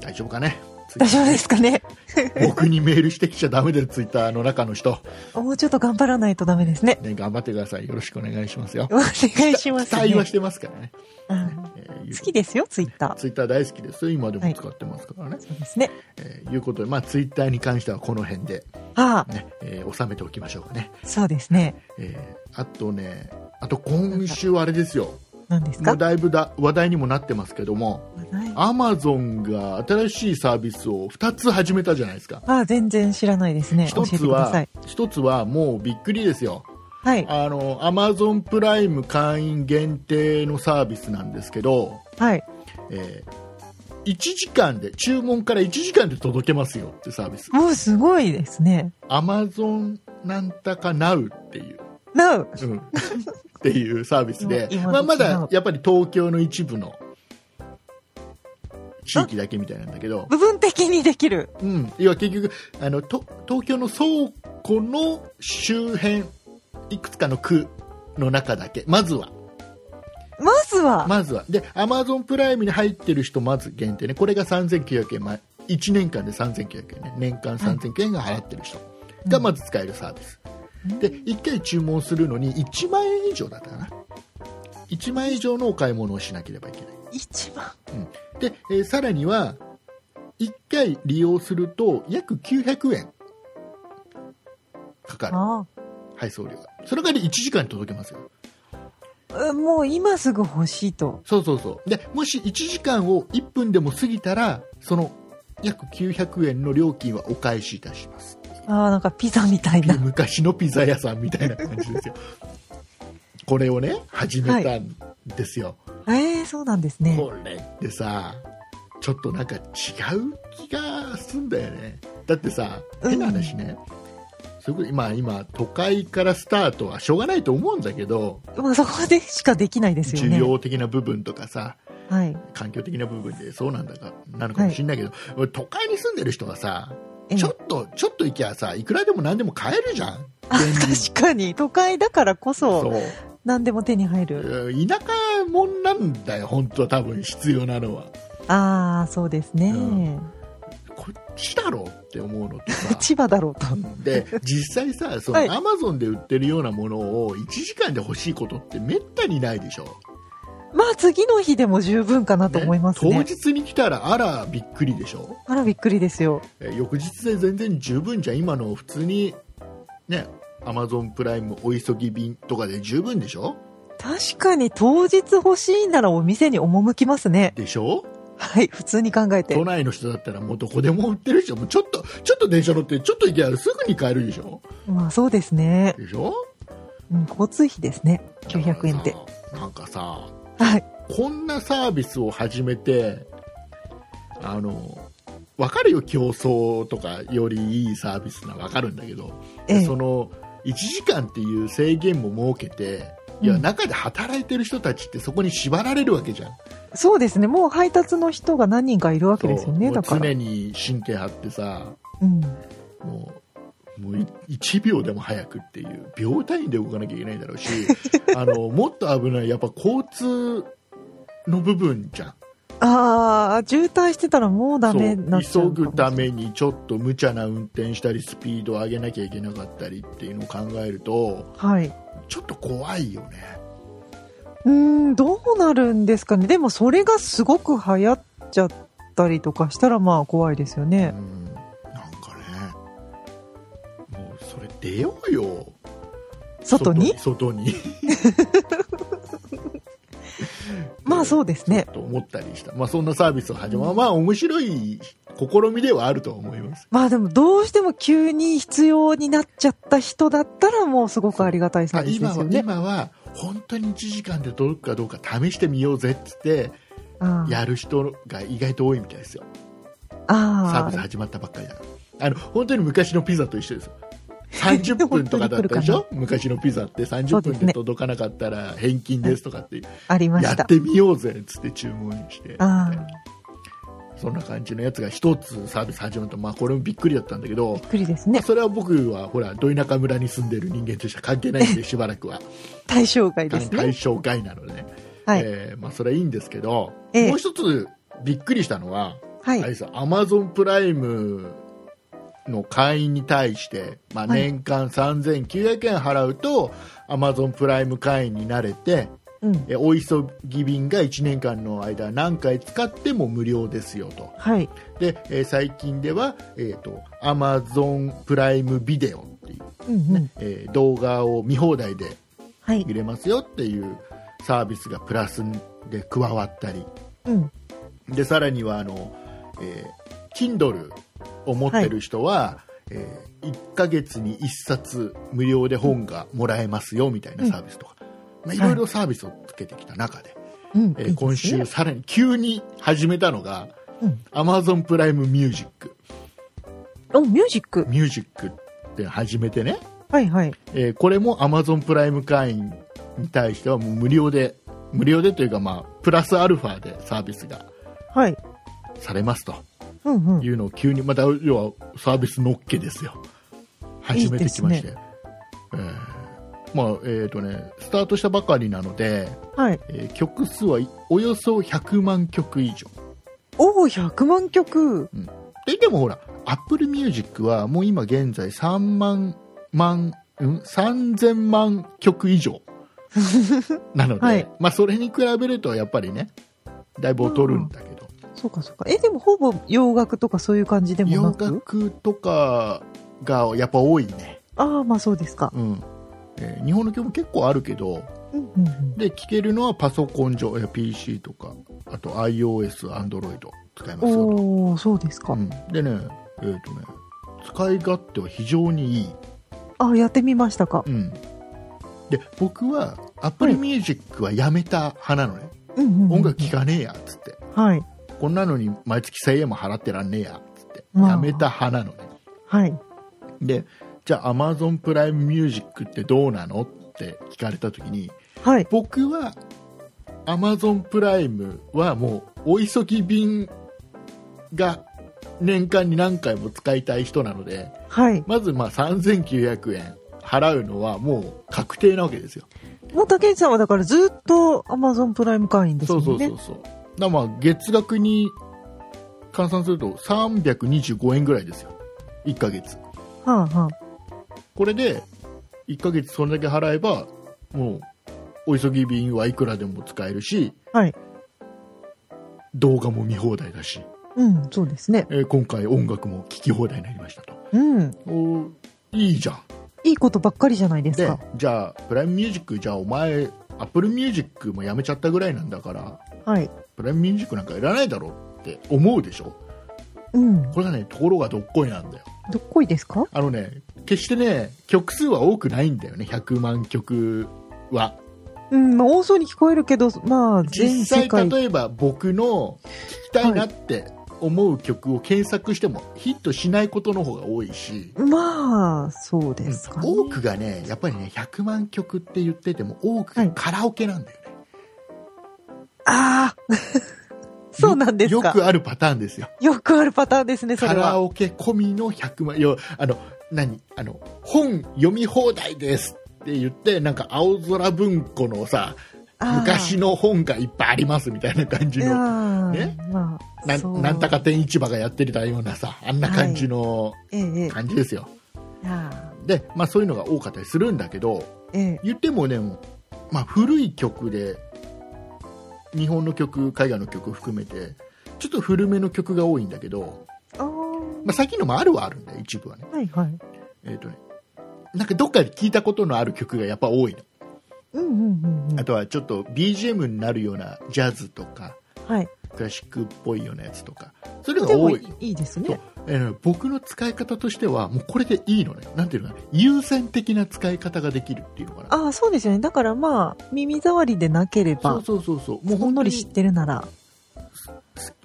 大丈夫かね
大丈夫ですかね
僕にメールしてきちゃダメだよツイッターの中の人、
もうちょっと頑張らないとダメですね。
ね、頑張ってくださいよろしくお願いしますよ
お願いします、
期 待は
ね
し。てますからね、
うん
えーいう
好きですよ、ツイッター。
ツイッター大好きですよ今でも使ってますからね、
そうですね。
えーいうことで、まあ、ツイッターに関してはこの辺で、
ああ、
ねえー収めておきましょうかね
そうですね。
えーあとね、あと今週、あれですよ、
何です
も
か
うだいぶだ話題にもなってますけども、
話題
アマゾンが新しいサービスを2つ始めたじゃないですか、
ああ、全然知らないですね。教
1
えて
つ
くださ。
はい一つはもうびっくりですよ、
はい。
あのアマゾンプライム会員限定のサービスなんですけど、
はい。
え1時間で、注文から1時間で届けますよってサービス、
もうすごいですね。
アマゾンなんたかなうっていう。
なう。
うんっていうサービスで、
今今
まあ、ま
違
だ
う
やっぱり東京の一部の地域だけみたいなんだけど、
部分的にできる。
うん、要は結局あのと東京の倉庫の周辺いくつかの区の中だけまずは
まずは、
まずはでアマゾンプライムに入ってる人まず限定ねこれが3900円、まあ、1年間で3900円ね年間3900円が払ってる人がまず使えるサービス、
うん
で1回注文するのに1万円以上だったかな1万円以上のお買い物をしなければいけない
一番。
で、えーさらには1回利用すると約900円かかる
あ
配送料がそれから1時間に届けますよ
あ。うんもう今すぐ欲しいと。
そうそうそうでもし1時間を1分でも過ぎたらその約900円の料金はお返しいたします
ああ、なんかピザみたいな。
昔のピザ屋さんみたいな感じですよこれをね始めたんですよ、
ええそうなんですね。
これってさちょっとなんか違う気がすんだよねだってさ
うん
変な話ね、それこそ今今都会からスタートはしょうがないと思うんだけど、
まあそこでしかできないですよ
需
ね。
要的な部分とかさ
はい。
環境的な部分でそうなんだかなのかもしれないけど、俺都会に住んでる人はさ
ええ
ちょっとちょっと行きゃさいくらでも何でも買えるじゃん
あ
便利
確かに、都会だからこ
そ
そ、
う
何でも手に入る。
うん田舎もんなんだよ本当は多分必要なのは
ああ、そうですね。
うんこっちだろうって思うのと さ
千葉だろうと。
で実際さそ
はい
のアマゾンで売ってるようなものを1時間で欲しいことってめったにないでしょ、
まあ次の日でも十分かなと
ね
思います
当
ね。
日に来たらあらびっくりでしょ
あら、びっくりですよ。
え翌日で全然十分じゃん今の普通にねアマゾンプライムお急ぎ便とかで十分でしょ
確かに当日欲しいならお店に赴きますね。
でしょ
はい、普通に考えて
都。内の人だったらもうどこでも売ってるでしょもうちょっとちょっと電車乗ってちょっと行けばすぐに買えるでしょ
まあそうですね。
でしょ
うん、交通費ですね。900円って。
なんかさ
はい。
こんなサービスを始めてあの分かるよ競争とかよりいいサービスな分かるんだけど、
ええ
そ。の1時間っていう制限も設けていや中で働いてる人たちってそこに縛られるわけじゃん、
そうですね。もう配達の人が何人かいるわけですよね。
もう
だから。
常に神経張ってさ
うん。
もうもうい1秒でも早くっていう秒単位で動かなきゃいけないんだ ろうしあのもっと危ないやっぱ交通の部分じゃん
ああ、渋滞してたらもうダメになっちゃ
そう
う。
急ぐた。めにちょっと無茶な運転したりスピードを上げなきゃいけなかったりっていうのを考えると
はい。
ちょっと怖いよね
うーん、どうなるんですかね。でもそれがすごく流行っちゃったりとかしたらまあ怖いですよ
う
ね。
んなんかねもうそれ出ようよ
外に
外に外に
まあそうですね。
と思ったりした、まあ、そんなサービスを始まる、まあ面白い試みではあると思います
まあでもどうしても急に必要になっちゃった人だったらもうすごくありがたいサービスで
今
す
は
よね。
今は本当に1時間で届くかどうか試してみようぜっつって
あ
やる人が意外と多いみたいですよサー
あ
ビス始まったばっかりだからあの本当に昔のピザと一緒ですよ30分とかだったでし ょ昔のピザって
そう
30
で
分
すね
で届かなかったら返金ですとかって
あ、ありま
や
した
っ。てみようぜっつって注文してみたい
あ
なそんな感じのやつが一つサービス始まった、まあ、これもびっくりだったんだけど
びっくりで すね。
それは僕はほらど田舎村に住んでる人間としては関係ない んでしばらくは
対象外です
対
ね。
象外なのでね、
はい。
えーまあ、それはいいんですけど、
ええ
もう一つびっくりしたのは、
は
あれ
い。
ですアマゾンプライムの会員に対して、まあ、
はい
年間3900円払うと、アマゾンプライム会員になれて
うん。
えお急ぎ便が1年間の間何回使っても無料ですよと
はい。
で、えー最近では、えー、と Amazon プライムビデオっていう、
うんうん。
えー動画を見放題で
はい
見。れますよっていうサービスがプラスで加わったり
うん。
でさらにはあの、えー Kindle を持ってる人は、え1ヶ月に1冊無料で本がもらえますよみたいなサービスとか、まあ、いろいろサービスをつけてきた中で、
うん。
えー
いいですね
今週。さらに急に始めたのが
うん。
Amazon プライムミュージック
お、ミュージック。
ミュージックって始めてね、
はいはい。
えーこれも Amazon プライム会員に対してはもう無料で無料でというか、まあ、プラスアルファでサービスが
はい。
されますと
うんうん。
いうのを急にまた要はサービスのっけですよ始めてきまして
い
えーまあえーとね、スタートしたばかりなので、
はい。
えー曲数はいおよそ100万曲以上
おお、100万曲。
ででもほら Apple Music はもう今現在3万万、うん、3000万曲以 上なので、
はい
まあ、それに比べるとやっぱりねだいぶ劣るんだけど、
そうかそうか。え、でもほぼ洋楽とかそういう感じでも
洋
なく。
楽とかがやっぱ多いね、
ああ、まあそうですか。
うんえー日本の曲も結構あるけど
うんうんうん。
で聴けるのはパソコン上えー PC とかあと iOS、Android 使えますよと、
おお、そうですか
う。ん、でね,、えーとね使い勝手は非常にいい
あ、やってみましたか
う。ん、で僕は Apple Music はやめた派なのね、
うんうんうん。
音楽聴かねえやっつって
はい。
こんなのに毎月1000円も払ってらんねえやっつって
まあ
やめた派なのね
はい。
でじゃあ Amazon プライムミュージックってどうなのって聞かれた時に
はい。
僕は Amazon プライムはもうお急ぎ便が年間に何回も使いたい人なので
はい。
まずまあ3900円払うのはもう確定なわけですよ
もう竹内さんはだからずっと Amazon プライム会員です
そ
も
うん
ね。
そうそうそうだからまあ月額に換算すると325円ぐらいですよ1ヶ月
はあは
これで1ヶ月それだけ払えばもうお急ぎ便はいくらでも使えるし
あ。はい。
動画も見放題だし、
うん、そうですね。
えー今回音楽も聴き放題になりましたと
うん。
おーいいじゃん
いいことばっかりじゃないです
で
か。
じゃあプライムミュージックじゃあお前 Apple Music もやめちゃったぐらいなんだから
はい。
プライムミュージックなんかいらないだろうって思うでしょ
うん。
これがねところがどっこいなんだよ
どっこいですか
あのね決してね曲数は多くないんだよね100万曲は
うん、まあ、多そうに聞こえるけど、まあ、全世
実際
界。
例えば僕の聞きたいなって思う曲を検索してもヒットしないことの方が多いし、
まあ、そうですかね。
多くがねやっぱりね100万曲って言ってても多く
は
が
い
カラオケなんだよね、
ああ そうなんです
よ
か。
くあるパターンですよ
よくあるパターンですね、そ
カ
れ
ラ
は。
オケ込みの100万よあの何あの本読み放題ですって言ってなんか青空文庫のさ
あー
昔の本がいっぱいありますみたいな感じ
いや
の
ー
ね
まあ、
な
そうん
なんたか店市場がやってたようなさあんな感じの
ええええ
感じですよ、
あ
で、まあ、そういうのが多かったりするんだけど
ーええ
言ってもね、もうまあ、古い曲で日本の曲海外の曲含めてちょっと古めの曲が多いんだけど、
あー
まあ、最近のもあるはあるんだよ一部はね,、
はいはい
えーとねなんかどっかで聞いたことのある曲がやっぱ多いの
うんうんうんうん
あとはちょっと BGM になるようなジャズとか
はい
クラシックっぽいようなやつとかそういうの
で
が
も
多い
いいいです
そう
ね
えー僕の使い方としてはもうこれでいいのねなんていうのかな優先的な使い方ができるっていうのかな
ああそうですよねだからまあ耳障りでなけれ
そ
ば
うそうそうそうもう
ほん
本
の
当
り
に
知ってるなら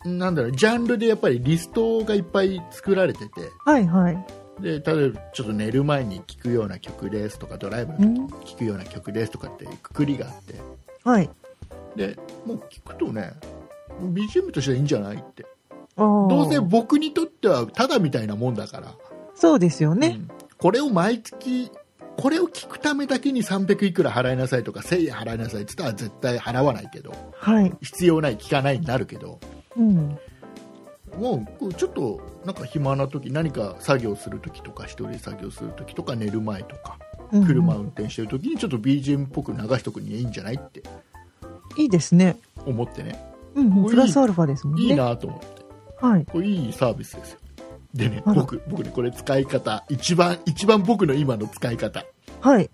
なんだろうジャンルでやっぱりリストがいっぱい作られてて
はいはい
で例えばちょっと寝る前に聴くような曲ですとかドライブの
う
時に
ん
聴くような曲ですとかってくくりがあって
はい
でもう聴くとね BGM としてはいいんじゃないって
ど
どうせ僕にとってはただみたいなもんだから、
そうですよ
う
ね
んこれを毎月これを聞くためだけに300いくら払いなさいとか1000円払いなさいって言ったら絶対払わないけど
はい
必要ない聞かないになるけど
うん
もうちょっとなんか暇な時何か作業する時とか一人で作業する時とか寝る前とか
うん
車運転してる時にちょっと BGM っぽく流しとくにはいいんじゃないって
いいですね
思ってね
うん
こ
うん
れいい
プラスアルファですもん
いい
ね
なと思って
はい
これいいサービスですよでね
あら
僕僕ねこれ使い方一番一番僕の今の使い方
はい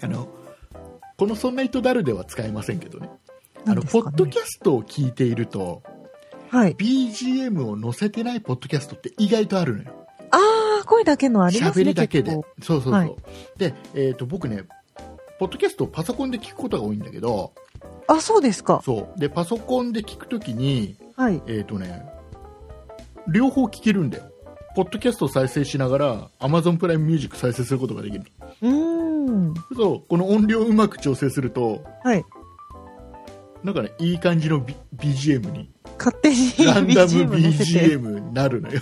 あのこの「そんな人だる」では使えませんけどねあ
何
の
です
ポ
かね
ッドキャストを聞いていると
はい
BGM を載せてないポッドキャストって意外とあるのよ
ああ声だけのあります
喋
ね
りだけで
結
そうそう
構
そう、
はい
で、えー、と僕ねポッドキャストをパソコンで聞くことが多いんだけど
あそうですか
そうでパソコンで聞くときに
はい
えっ、とね両方聞けるんだよポッドキャストを再生しながら Amazon プライムミュージック再生することができる
うーん
そうこの音量をうまく調整すると
はい
なんかねいい感じの、B、BGM に
勝手に
ランダム
BGM 載せて
BGM になるのよ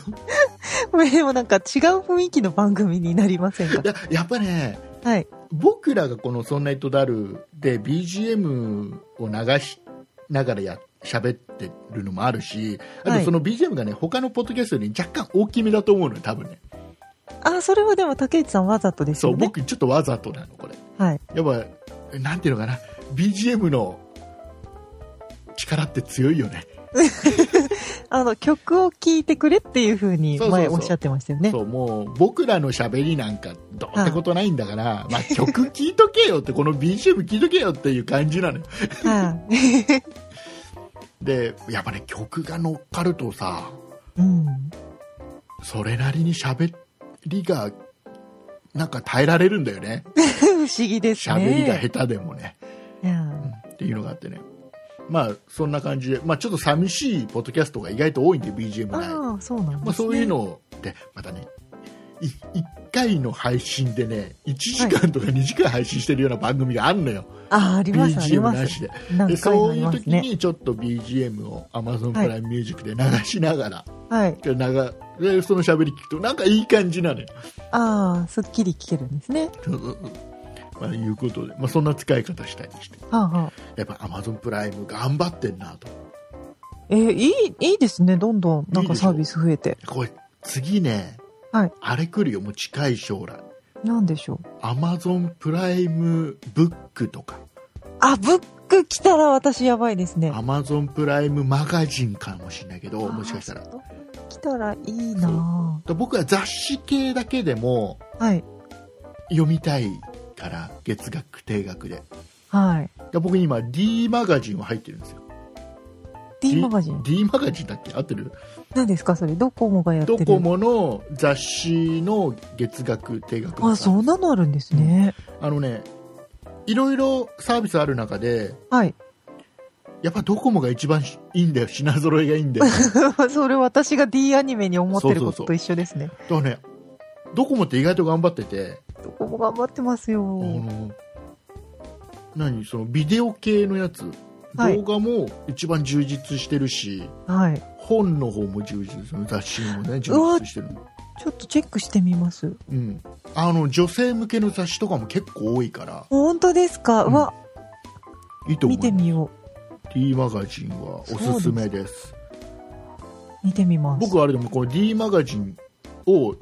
これでもなんか違う雰囲気の番組になりませんか
いややっぱね
はい。
僕らがこの「そんな人だる」で BGM を流しながらや喋ってるのもあるしあ
は
と
い
その BGM がね他のポッドキャストより若干大きめだと思うのよ多分ね
あ、それはでも竹内さんわざとです
そう
よね。
僕ちょっとわざとなのこれ
はい。
やっぱなんていうのかな BGM の力って強いよね
あの、曲を聴いてくれっていう風に
そうそうそう
前おっしゃってましたよね。
そうもう僕らの喋りなんかどうってことないんだから、まあ、曲聴いとけよってこの BGM 聴いとけよっていう感じなのよ
はい。
でやっぱね曲が乗っかるとさ
うん。
それなりに喋りがなんか耐えられるんだよね
不思議ですね。
喋りが下手でもね、
いや
うんっていうのがあってねまあそんな感じで、まあ、ちょっと寂しいポッドキャストが意外と多いんで BGM ない、ま
ああ、そうなんですね。
あ、そういうのでまたね1回の配信でね1時間とか2時間配信してるような番組があるのよ、
ああ、あります、あり
BGM
ま
な
す
し。でで
何回も
そ
あ
う
り
いう
ます
時
ね。
にちょっと BGM を Amazon プライムミュージックで流しながら、
はい。
で流でその喋り聞くとなんかいい感じなのよ
ああ、すっきり聴けるんですね。
そうそうそうまあ、いうことで、まあ、そんな使い方したりして
はあ、はあ。
やっぱアマゾンプライム頑張ってんなと
えーいい、いいですね。どんどん、なん
いいでし
か
ょ
サービス増えて。
これ次ね、
はい
あれ来るよもう近い将来
なんでしょう。
アマゾンプライムブックとか
あ、ブック来たら私やばいですね。
アマゾンプライムマガジンかもしれないけどもしかしたら
あ
だか
そう来たらいいな
ら僕は雑誌系だけでも
ぁはい。
読みたいから月額定額で
はい。
で僕今 D マガジンは入ってるんですよ
D マガジン。
D マガジンだっけ合ってる
何ですかそれ。ドコモがやって
ド
る。
コモの雑誌の月額定額
あ、そんなのあるんですね。
あのねいろいろサービスある中で
はい。
やっぱドコモが一番しいいんだよ品揃えがいい んだよだか
それ私が D アニメに思ってることと一緒ですね。
らねドコモって意外と頑張ってて、
ドコモ頑張ってますよ。
あの何そのビデオ系のやつ
はい
動画も一番充実してるし、
はい。
本の方も充実する雑誌もね充実してる
ちょっとチェックしてみます。
うん、あの女性向けの雑誌とかも結構多いから
本当ですか、
うん
うわ、
いいと思
見
う
てみよ
D マガジンはおすすめです
う。見てみます。
僕はあれでもこの D マガジンを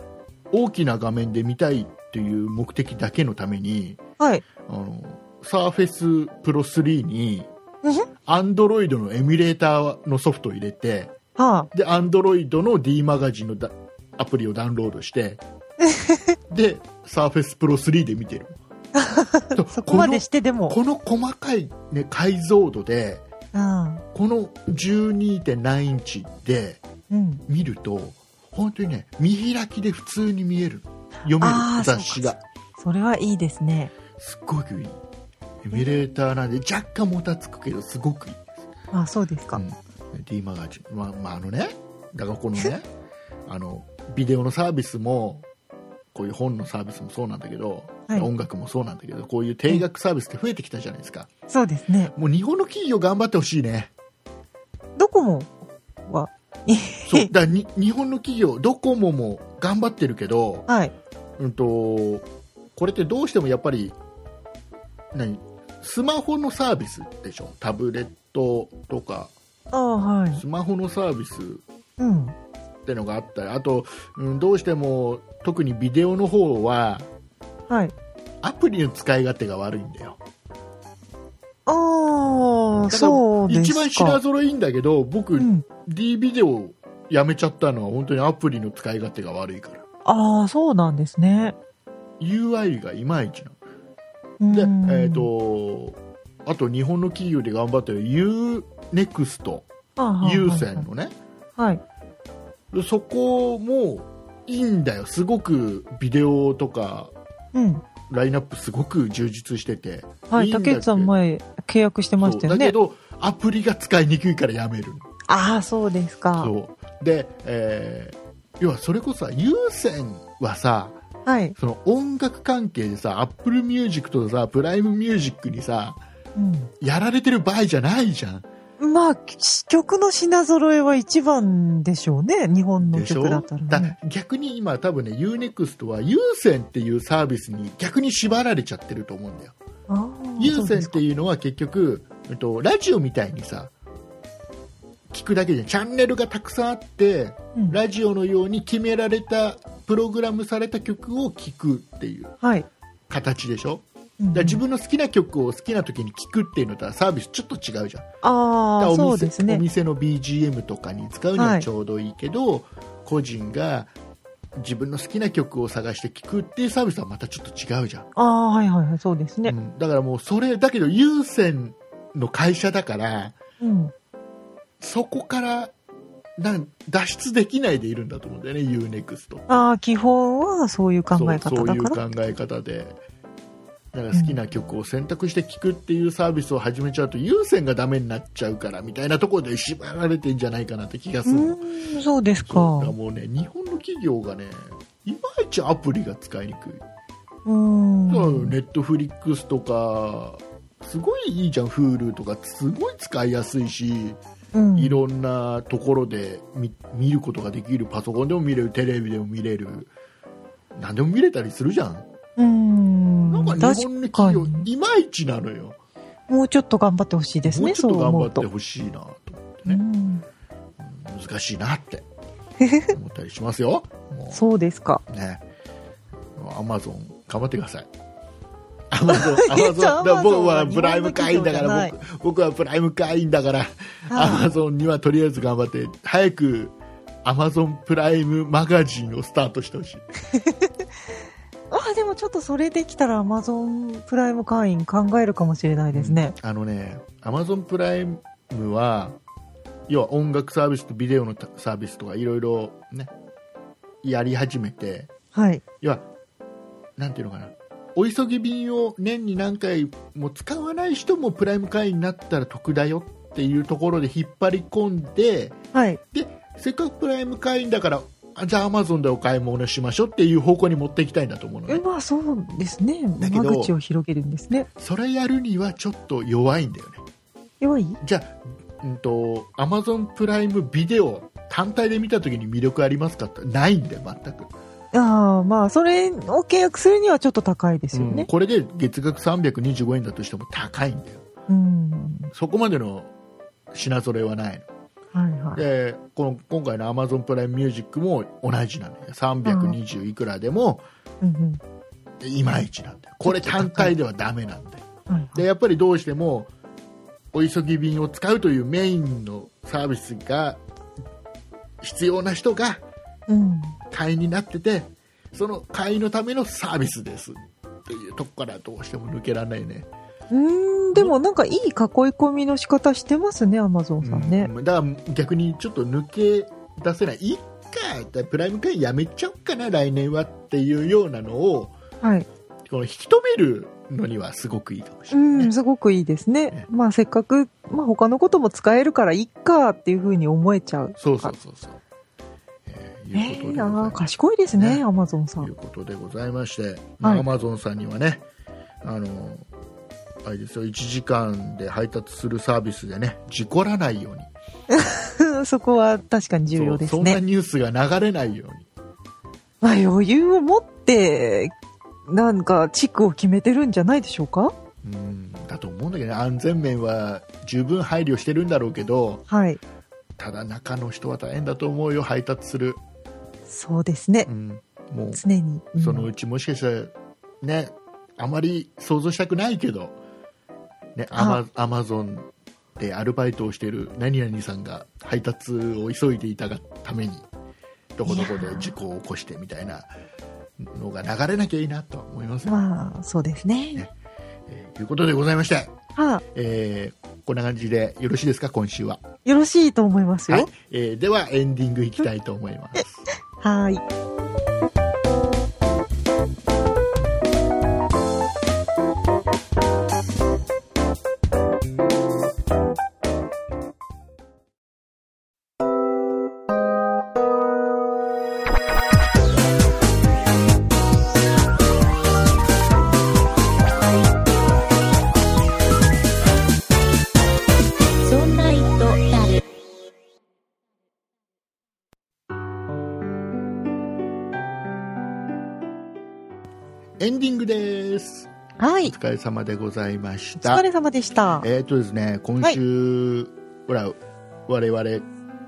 大きな画面で見たいっていう目的だけのために
はい。
あのサーフェスプロ3に
うん
アンドロイドのエミュレーターのソフトを入れて
は
でアンドロイドの D マガジンのだアプリをダウンロードして でサーフェスプロ3で見て る
あ、そこまで
と
してでも。
このこの細かい、ね、解像度で
うん。
この12.7インチで
うん。
見ると本当にね見開きで普通に見える読める
あー
雑誌が
それはいいですね。
すっごくいいエミュレーターなんで若干もたつくけどすごくいい
あ、そうですか。
うん D マガジン、まあまあ、あのねだからこのねあのビデオのサービスもこういう本のサービスもそうなんだけど、
はい
音楽もそうなんだけどこういう定額サービスって増えてきたじゃないですか
そうですね。
もう日本の企業頑張ってほしいね
ドコモは、
そうだからに日本の企業ドコモも頑張ってるけど、
はい。
うん、とこれってどうしてもやっぱり何スマホのサービスでしょタブレットとか
ああ、はい。
スマホのサービスっ
うん。
てのがあったりあと、うん、どうしても特にビデオの方は
はい。
アプリの使い勝手が悪いんだよ
ああ、
だから
そうですか。
一番品揃えいいんだけど僕、
うん。
D ビデオやめちゃったのは本当にアプリの使い勝手が悪いから
ああ、そうなんですね。
UI がいまいちなの
うん
で、えー、とあと日本の企業で頑張ってる UNEXT 優先。のね
ああはい。
でそこもいいんだよすごくビデオとか
うん。
ラインナップすごく充実してて
はい。
いいんだけ
竹内さん前、契約してました
そ
よ
うだけ
ね。
どアプリが使いにくいからやめる
ああ、そうですか。
そうで、えー要はそれこそさ優先はさ
はい。
その音楽関係でさ Apple Music とさプライムミュージックにさ
う
やられてる場合じゃないじゃん
ん。まあ、曲の品揃えは一番でしょうね。日本の
でしょ
曲だったら
だ
ね。
逆に今多分ね UNEXT は有線っていうサービスに逆に縛られちゃってると思うんだよ
あー
有
そうで
線っ
すか
ていうのは結局、えっと、ラジオみたいにさ聞くだけじゃんチャンネルがたくさんあって
うん
ラジオのように決められたプログラムされた曲を聴くっていう
はい。
形でしょ
うん
だから自分の好きな曲を好きな時に聴くっていうのとはサービスちょっと違うじゃんだか
あ
ら
あ、そ
お
う
店
です
お
ね。
店の BGM とかに使うにははいちょうどいいけど、個人が自分の好きな曲を探して聴くっていうサービスはまたちょっと違うじゃん、
ああ、はいはいはい、そうです
う
ね。
んだからもうそれだけど有線の会社だから
うん。
そこからなん脱出できないでいるんだと思うんだよね UNEXT
ああ、基本はそういう考え
そ
方
うそう
だ
いう
から。
考え方でだから好きな曲を選択して聴くっていうサービスを始めちゃうと、有線がダメになっちゃうからみたいなところで縛られてんじゃないかなって気がす
う
るの、
ーん、そうですか。
そうだから
う
もうね日本の企業がねいまいちアプリが使いにくい、
ーん。
ネットフリックスとかすごいいいじゃん Hulu とかすごい使いやすいし、
うん
いろんなところで見見ることができるパソコンでも見れるテレビでも見れる何でも見れたりするじゃん、
うーん。
なんか日本の
確か
企業
に。
いまいちなのよ
もうちょっと頑張ってほしいです
も
ね、
うちょ
そ
っと
う
頑
思
張っ
う
て
と。
ほしいなと思って
う
ね、
ん
難しいなって思ったりしますよもう
そうですか。
ね、アマゾン頑張ってくださ い。アマゾン、アマゾン、
いや
だから僕は
Amazon は
プライム会員だ
日本
か
の
ら
企業
僕、僕はプライム会員だから、アマゾンにはとりあえず頑張って、早くアマゾンプライムマガジンをスタートしてほしい。
あでもちょっとそれできたら Amazon プライム会員考えるかもしれないですね、
あのね、アマゾンプライムは、要は音楽サービスとビデオのサービスとかいろいろね、やり始めて、
はい
要は、なんていうのかな、お急ぎ便を年に何回も使わない人もプライム会員になったら得だよっていうところで引っ張り込んで、
はい
せっかくプライム会員だから、あじゃあアマゾンでお買い物しましょうっていう方向に持っていきたいんだと思うの
え
ね。
まあそうですね
だけど
間口を広げるんですね
それやるにはちょっと弱いんだよね。
弱い
じゃあ、うんと、アマゾンプライムビデオ単体で見たときに魅力ありますかってないんだよ、全く。
ああまあそれを契約するにはちょっと高いですよ
うん
ね
これで月額325円だとしても高いんだよ。
うん、
そこまでの品揃えはない
はい
の。
はい
で、この今回のアマゾンプライムミュージックも同じなのよ。320いくらでも
うん
いまいちなんだよ。これ単体ではダメなんだよ。
うんはい
でやっぱりどうしてもお急ぎ便を使うというメインのサービスが必要な人が
うん
会員になっててその会員のためのサービスですというとこからどうしても抜けられないね
うーんでもなんかいい囲い込みの仕方してますねアマゾンさんね、
うんだから逆にちょっと抜け出せないいっかじゃあプライム会員やめちゃおうかな来年はっていうようなのを
はい
この引き止めるのにはすごくいいかもし
う
れない、
ん
ね
すごくいいですね
ね
まあせっかく、まあ、他のことも使えるからいっかっていうふうに思えちゃう
そうそうそうそう、えーいう
え
ことでござ
ー、
い
あー
ます
賢いですね
ね
アマゾンさ
というんことでございまして、まあ
はい
アマゾンさんにはね、あの、あれですよ、1時間で配達するサービスでね、事故らないように、
そこは確かに重要
そう
です
そんな
ね
ニュースが流れないように、
まあ余裕を持ってなんか地区を決めてるんじゃないでしょうか
うん、だと思うんだけどね、安全面は十分配慮してるんだろうけど、
はい
ただ中の人は大変だと思うよ、配達する。
そうですね
うん、もう、
常に、うん
そのうちもしかしたら、ね、あまり想像したくないけど、ね、アマアマゾンでアルバイトをしている何々さんが配達を急いでいたがためにどこどこで事故を起こしてみたいなのが流れなきゃいいなとは思います、
まあそうですね
ねえーということでございまして、
はあ
えーこんな感じでよろしいですか今週は、
よろしいと思います
はい
よ
えーではエンディングいきたいと思います
はい
そんな糸だる。
エンディングです
はい
お疲れ様でございまし
お
た
疲れ様でした。
えーとですね、今週、ほら、我々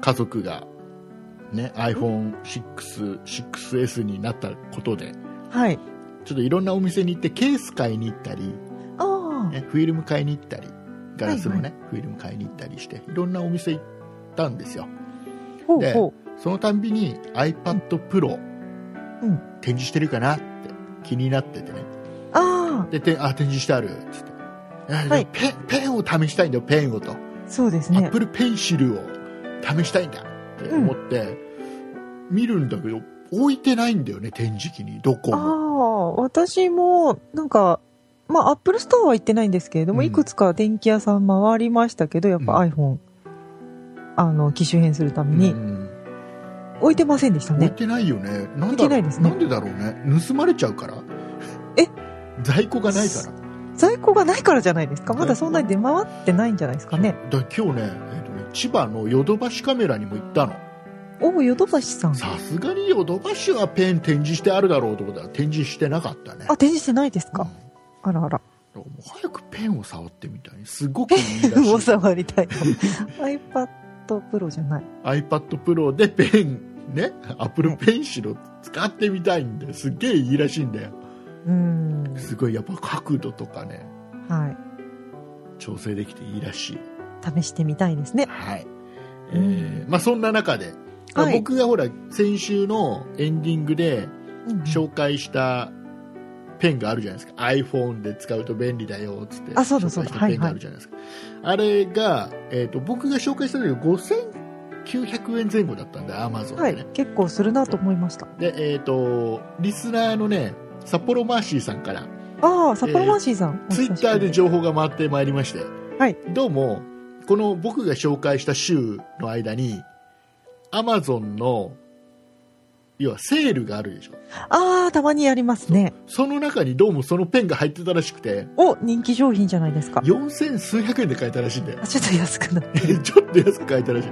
家族が、ね、iPhone6、6S になったことで、
はい。
ちょっといろんなお店に行ってケース買いに行ったり、
ああ、
ね、フィルム買いに行ったり、ガラスのね、フィルム買いに行ったりして、いろんなお店行ったんですよ。
ほう
で
ほ
そのたんびに iPad Pro、
うん
展示してるかなって気になっててね。
う。あ
で、てあ、展示してある、つって。あでも
はい
ペンペンを試したいんだよ、ペンをと。
あ、そうです
アッ
ね
プ。ルペンシルを試したいんだって思って、見るんだけど置いてないんだよね展示機にどこ
あ
も
あ、私も、なんか、まあ、アップルストアは行ってないんですけれども、
うん
いくつか電気屋さん回りましたけど、やっぱ
う
iPhone、あの、機種変するため
う
に、
ん
置いてませんでした
置い
ね。
てないよねなん
置
だ
いて
ろ
な
う
いですね
なんでだろうね盗まれちゃうから
え
在庫がないか、
在庫がないからじゃないですか。まだそんなに出回ってないんじゃないですからね。
だから今日ね,、えっとね千葉のヨドバシカメラにも行ったの
おお、ヨドバシさん。
さすがにヨドバシはペン展示してあるだろうと思ったら展示してなかったね
あ、展示してないです
うんだか。
かあらあら。
らもう早くペンを触ってみたいすごくいいら しい
お触り たい。iPad Pro じゃない。
iPad Pro でペン、ね、Apple Pencil を使ってみたいんで、すっげえいいらしいんだよ。
うーん。
すごい、やっぱ角度とかね、
はい。
調整できていいらしい。
試してみたいですね。
はい。え
うん
ーまあそんな中で、まあ
はい
僕がほら、先週のエンディングで
うん
紹介したペンがあるじゃないですか iPhone で使うと便利だよっつって
あそうだそうだ
紹介したペンがあるじゃないですか、あれが、えー、と僕が紹介した時5900円前後だったんで Amazon
は
でね
い、、結構するなと思いました。
でえっ、とリスナーのね札幌マーシーさんから
ああ、札幌マーシーさん。
ツイッターで情報が回ってまいりまして、
はい
どうもこの僕が紹介した週の間にアマゾンの要はセールがあるでしょ
ああ、たまにやりますね。
その中にどうもそのペンが入ってたらしくて
お、人気商品じゃないですか。
4000数百円で買えたらしいんだよ
あちょっと安くなって。
ちょっと安く買えたらしい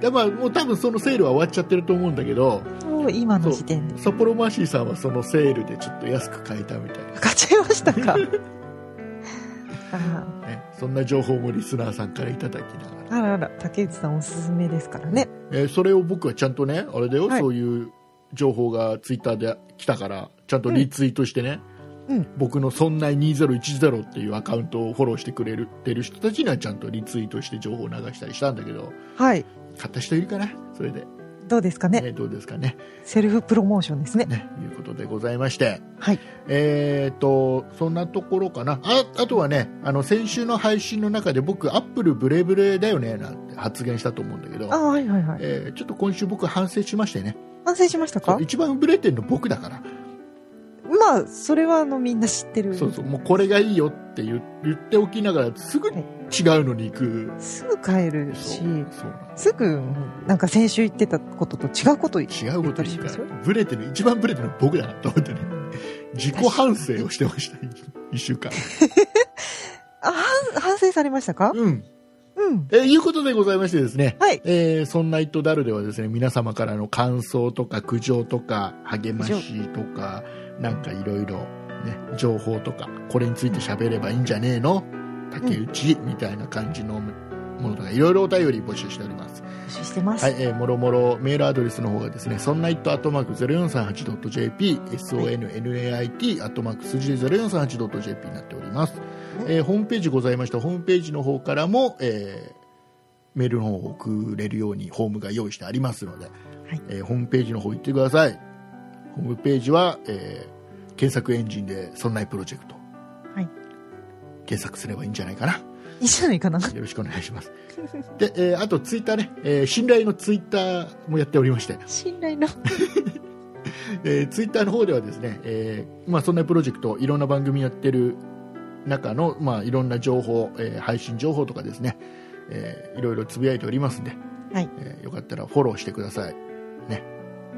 でまあ、もう多分そのセールは終わっちゃってると思うんだけど
もう今の時点で。
札幌マーシーさんはそのセールでちょっと安く買えたみたい
買っちゃいました か。あ
な、ね、そんな情報もリスナーさんからいただきながら
ーあらあら、竹内さんおすすめですからね。
えーそれを僕はちゃんとねあれだよ、
はい
そういう情報がツイッターで来たからちゃんとリツイートしてね、
うん
僕の「そんな2010」っていうアカウントをフォローしてくれるてる人たちにはちゃんとリツイートして情報を流したりしたんだけど
はい。
買った人いるかなそれで、
どうですかね。
ね、どうですかね
セルフプロモーションですね。
ねいうことでございまして
はい。
えー、とそんなところかなああとはねあの先週の配信の中で僕アップルブレブレだよねなんて発言したと思うんだけど
あ、あ、はいはいはい。
えーちょっと今週僕反省しましてね
反省しましたか
一番ブレてるの僕だから、
まあ、それはあの、みんな知ってる。
そうそうもうこれがいいよって言う言っておきながらすぐ違うのに行く、
すぐ買えるし
そ、うそう
すぐ、なんか先週言ってたことと違うこと言
違うことに
言ったりしますよ
ブレてる一番ブレてるの僕だなと思ってね自己反省をしてました一週間
あ、反反省されましたか
うん
うん。
えーいうことでございましてですね
はい。
えーそんな「イットダル」ではですね皆様からの感想とか苦情とか励ましとかなんかいろいろね情報とかこれについて喋ればいいんじゃねえの竹内みたいな感じのものとかいろいろお便り募集しております
募集してます。
はい、えーもろもろメールアドレスの方がですね、そんな it アットマーク 0438.jp、sonnait アットマーク数字で 0438.jp になっております。えーホームページございました。ホームページの方からも、えーメールの方を送れるようにホームが用意してありますので、えーホームページの方行ってください。ホームページは、えー検索エンジンで、そんないプロジェクト。
はい
検索すればいいんじゃないかな。
いいじゃないかな。
よろしくお願いします。で、えーあとツイッターね、えー信頼のツイッターもやっておりまして、
信頼の。
えーツイッターの方ではですね、えーまあそんなプロジェクト、いろんな番組やってる中の、まあいろんな情報、えー配信情報とかですね、えーいろいろつぶやいておりますんで、
はい
えーよかったらフォローしてください。ね、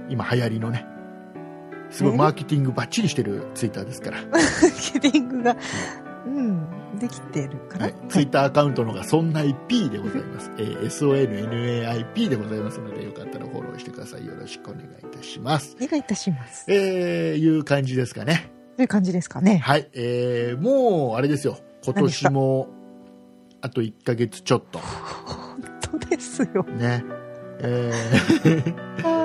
今流行りのね、すごい
ね
マーケティングバッチリしてるツイッターです から、
マーケティングが、うん、できてるかな。
はい、ツイッターアカウントの方がそんない P でございます、えー SONNAIP でございますのでよかったらフォローしてくださいよろしくお願いいたします
お願いいたします。
えー、いう感じですかね
という感じですかね。
はいえー、もうあれですよ今年もあと1ヶ月ちょっと
本当ですよ。
ねえ
あ
ー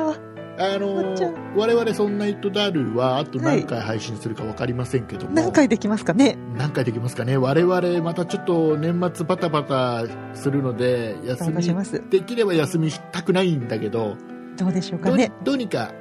あの
終わっちゃう
ー我々そんな人だるはあと何回配信するか分かりませんけど
あ、
も、
何回できますかね。
何回できますかね我々またちょっと年末バタバタするので休
参加
み
します。
できれば休みしたくないんだけど、
どうでしょうか
どうに
ね。
どうにか、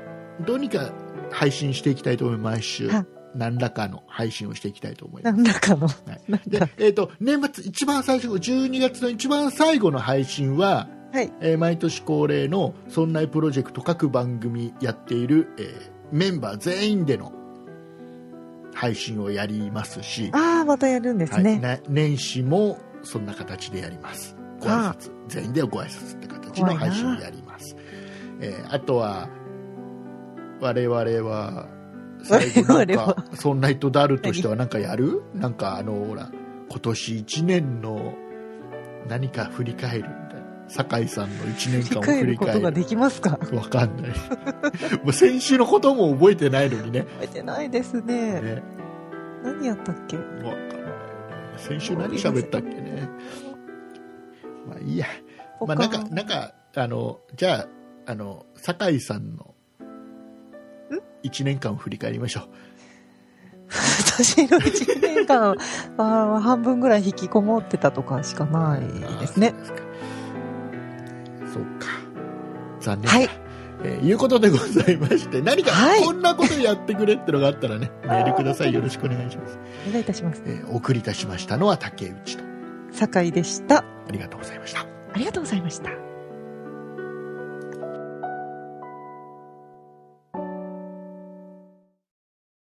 どうにか配信していきたいと思います。毎週
はい、
何らかの配信をしていきたいと思いま
な
す。
んだかの。
はい
なん
で
か、、
えっ、と、年末一番最初、12月の一番最後の配信は、
はい。
えー毎年恒例の、そんなプロジェクト各番組やっている、えーメンバー全員での配信をやりますし、
ああ、またやるんですね。
はい、な年始もそんな形でやりますご挨拶全員でご挨拶って形の配信をやりますえーあとは我々 は最後なん
我々
か「そんな人だる」としては何かやるなんかあのほら今年1年の何か振り返るみたいな酒井さんの1年間を
振
振
り返
り
るこ
返
とが
る
できますか
わかんない もう先週のことも覚えてないのにね
覚えてないですね。
ね
何やったっけ
わかんないよね先週何喋ったっけねまあいいや、まあ、なんか
他
なんかあのじゃああの酒井さんの1年間を振り返りましょ
私の1年間あー半分ぐらい引きこもってたとかしかな
う
いですね
あーそうですかそうか残念だ、
はい
えーいうことでございまして何か
はい
こんなことやってくれってのがあったらね、メールく ださいよろしくお願いします、
お願いいたします
えーお送りいたしましたのは竹内と
酒井でした
ありがとうございました
ありがとうございました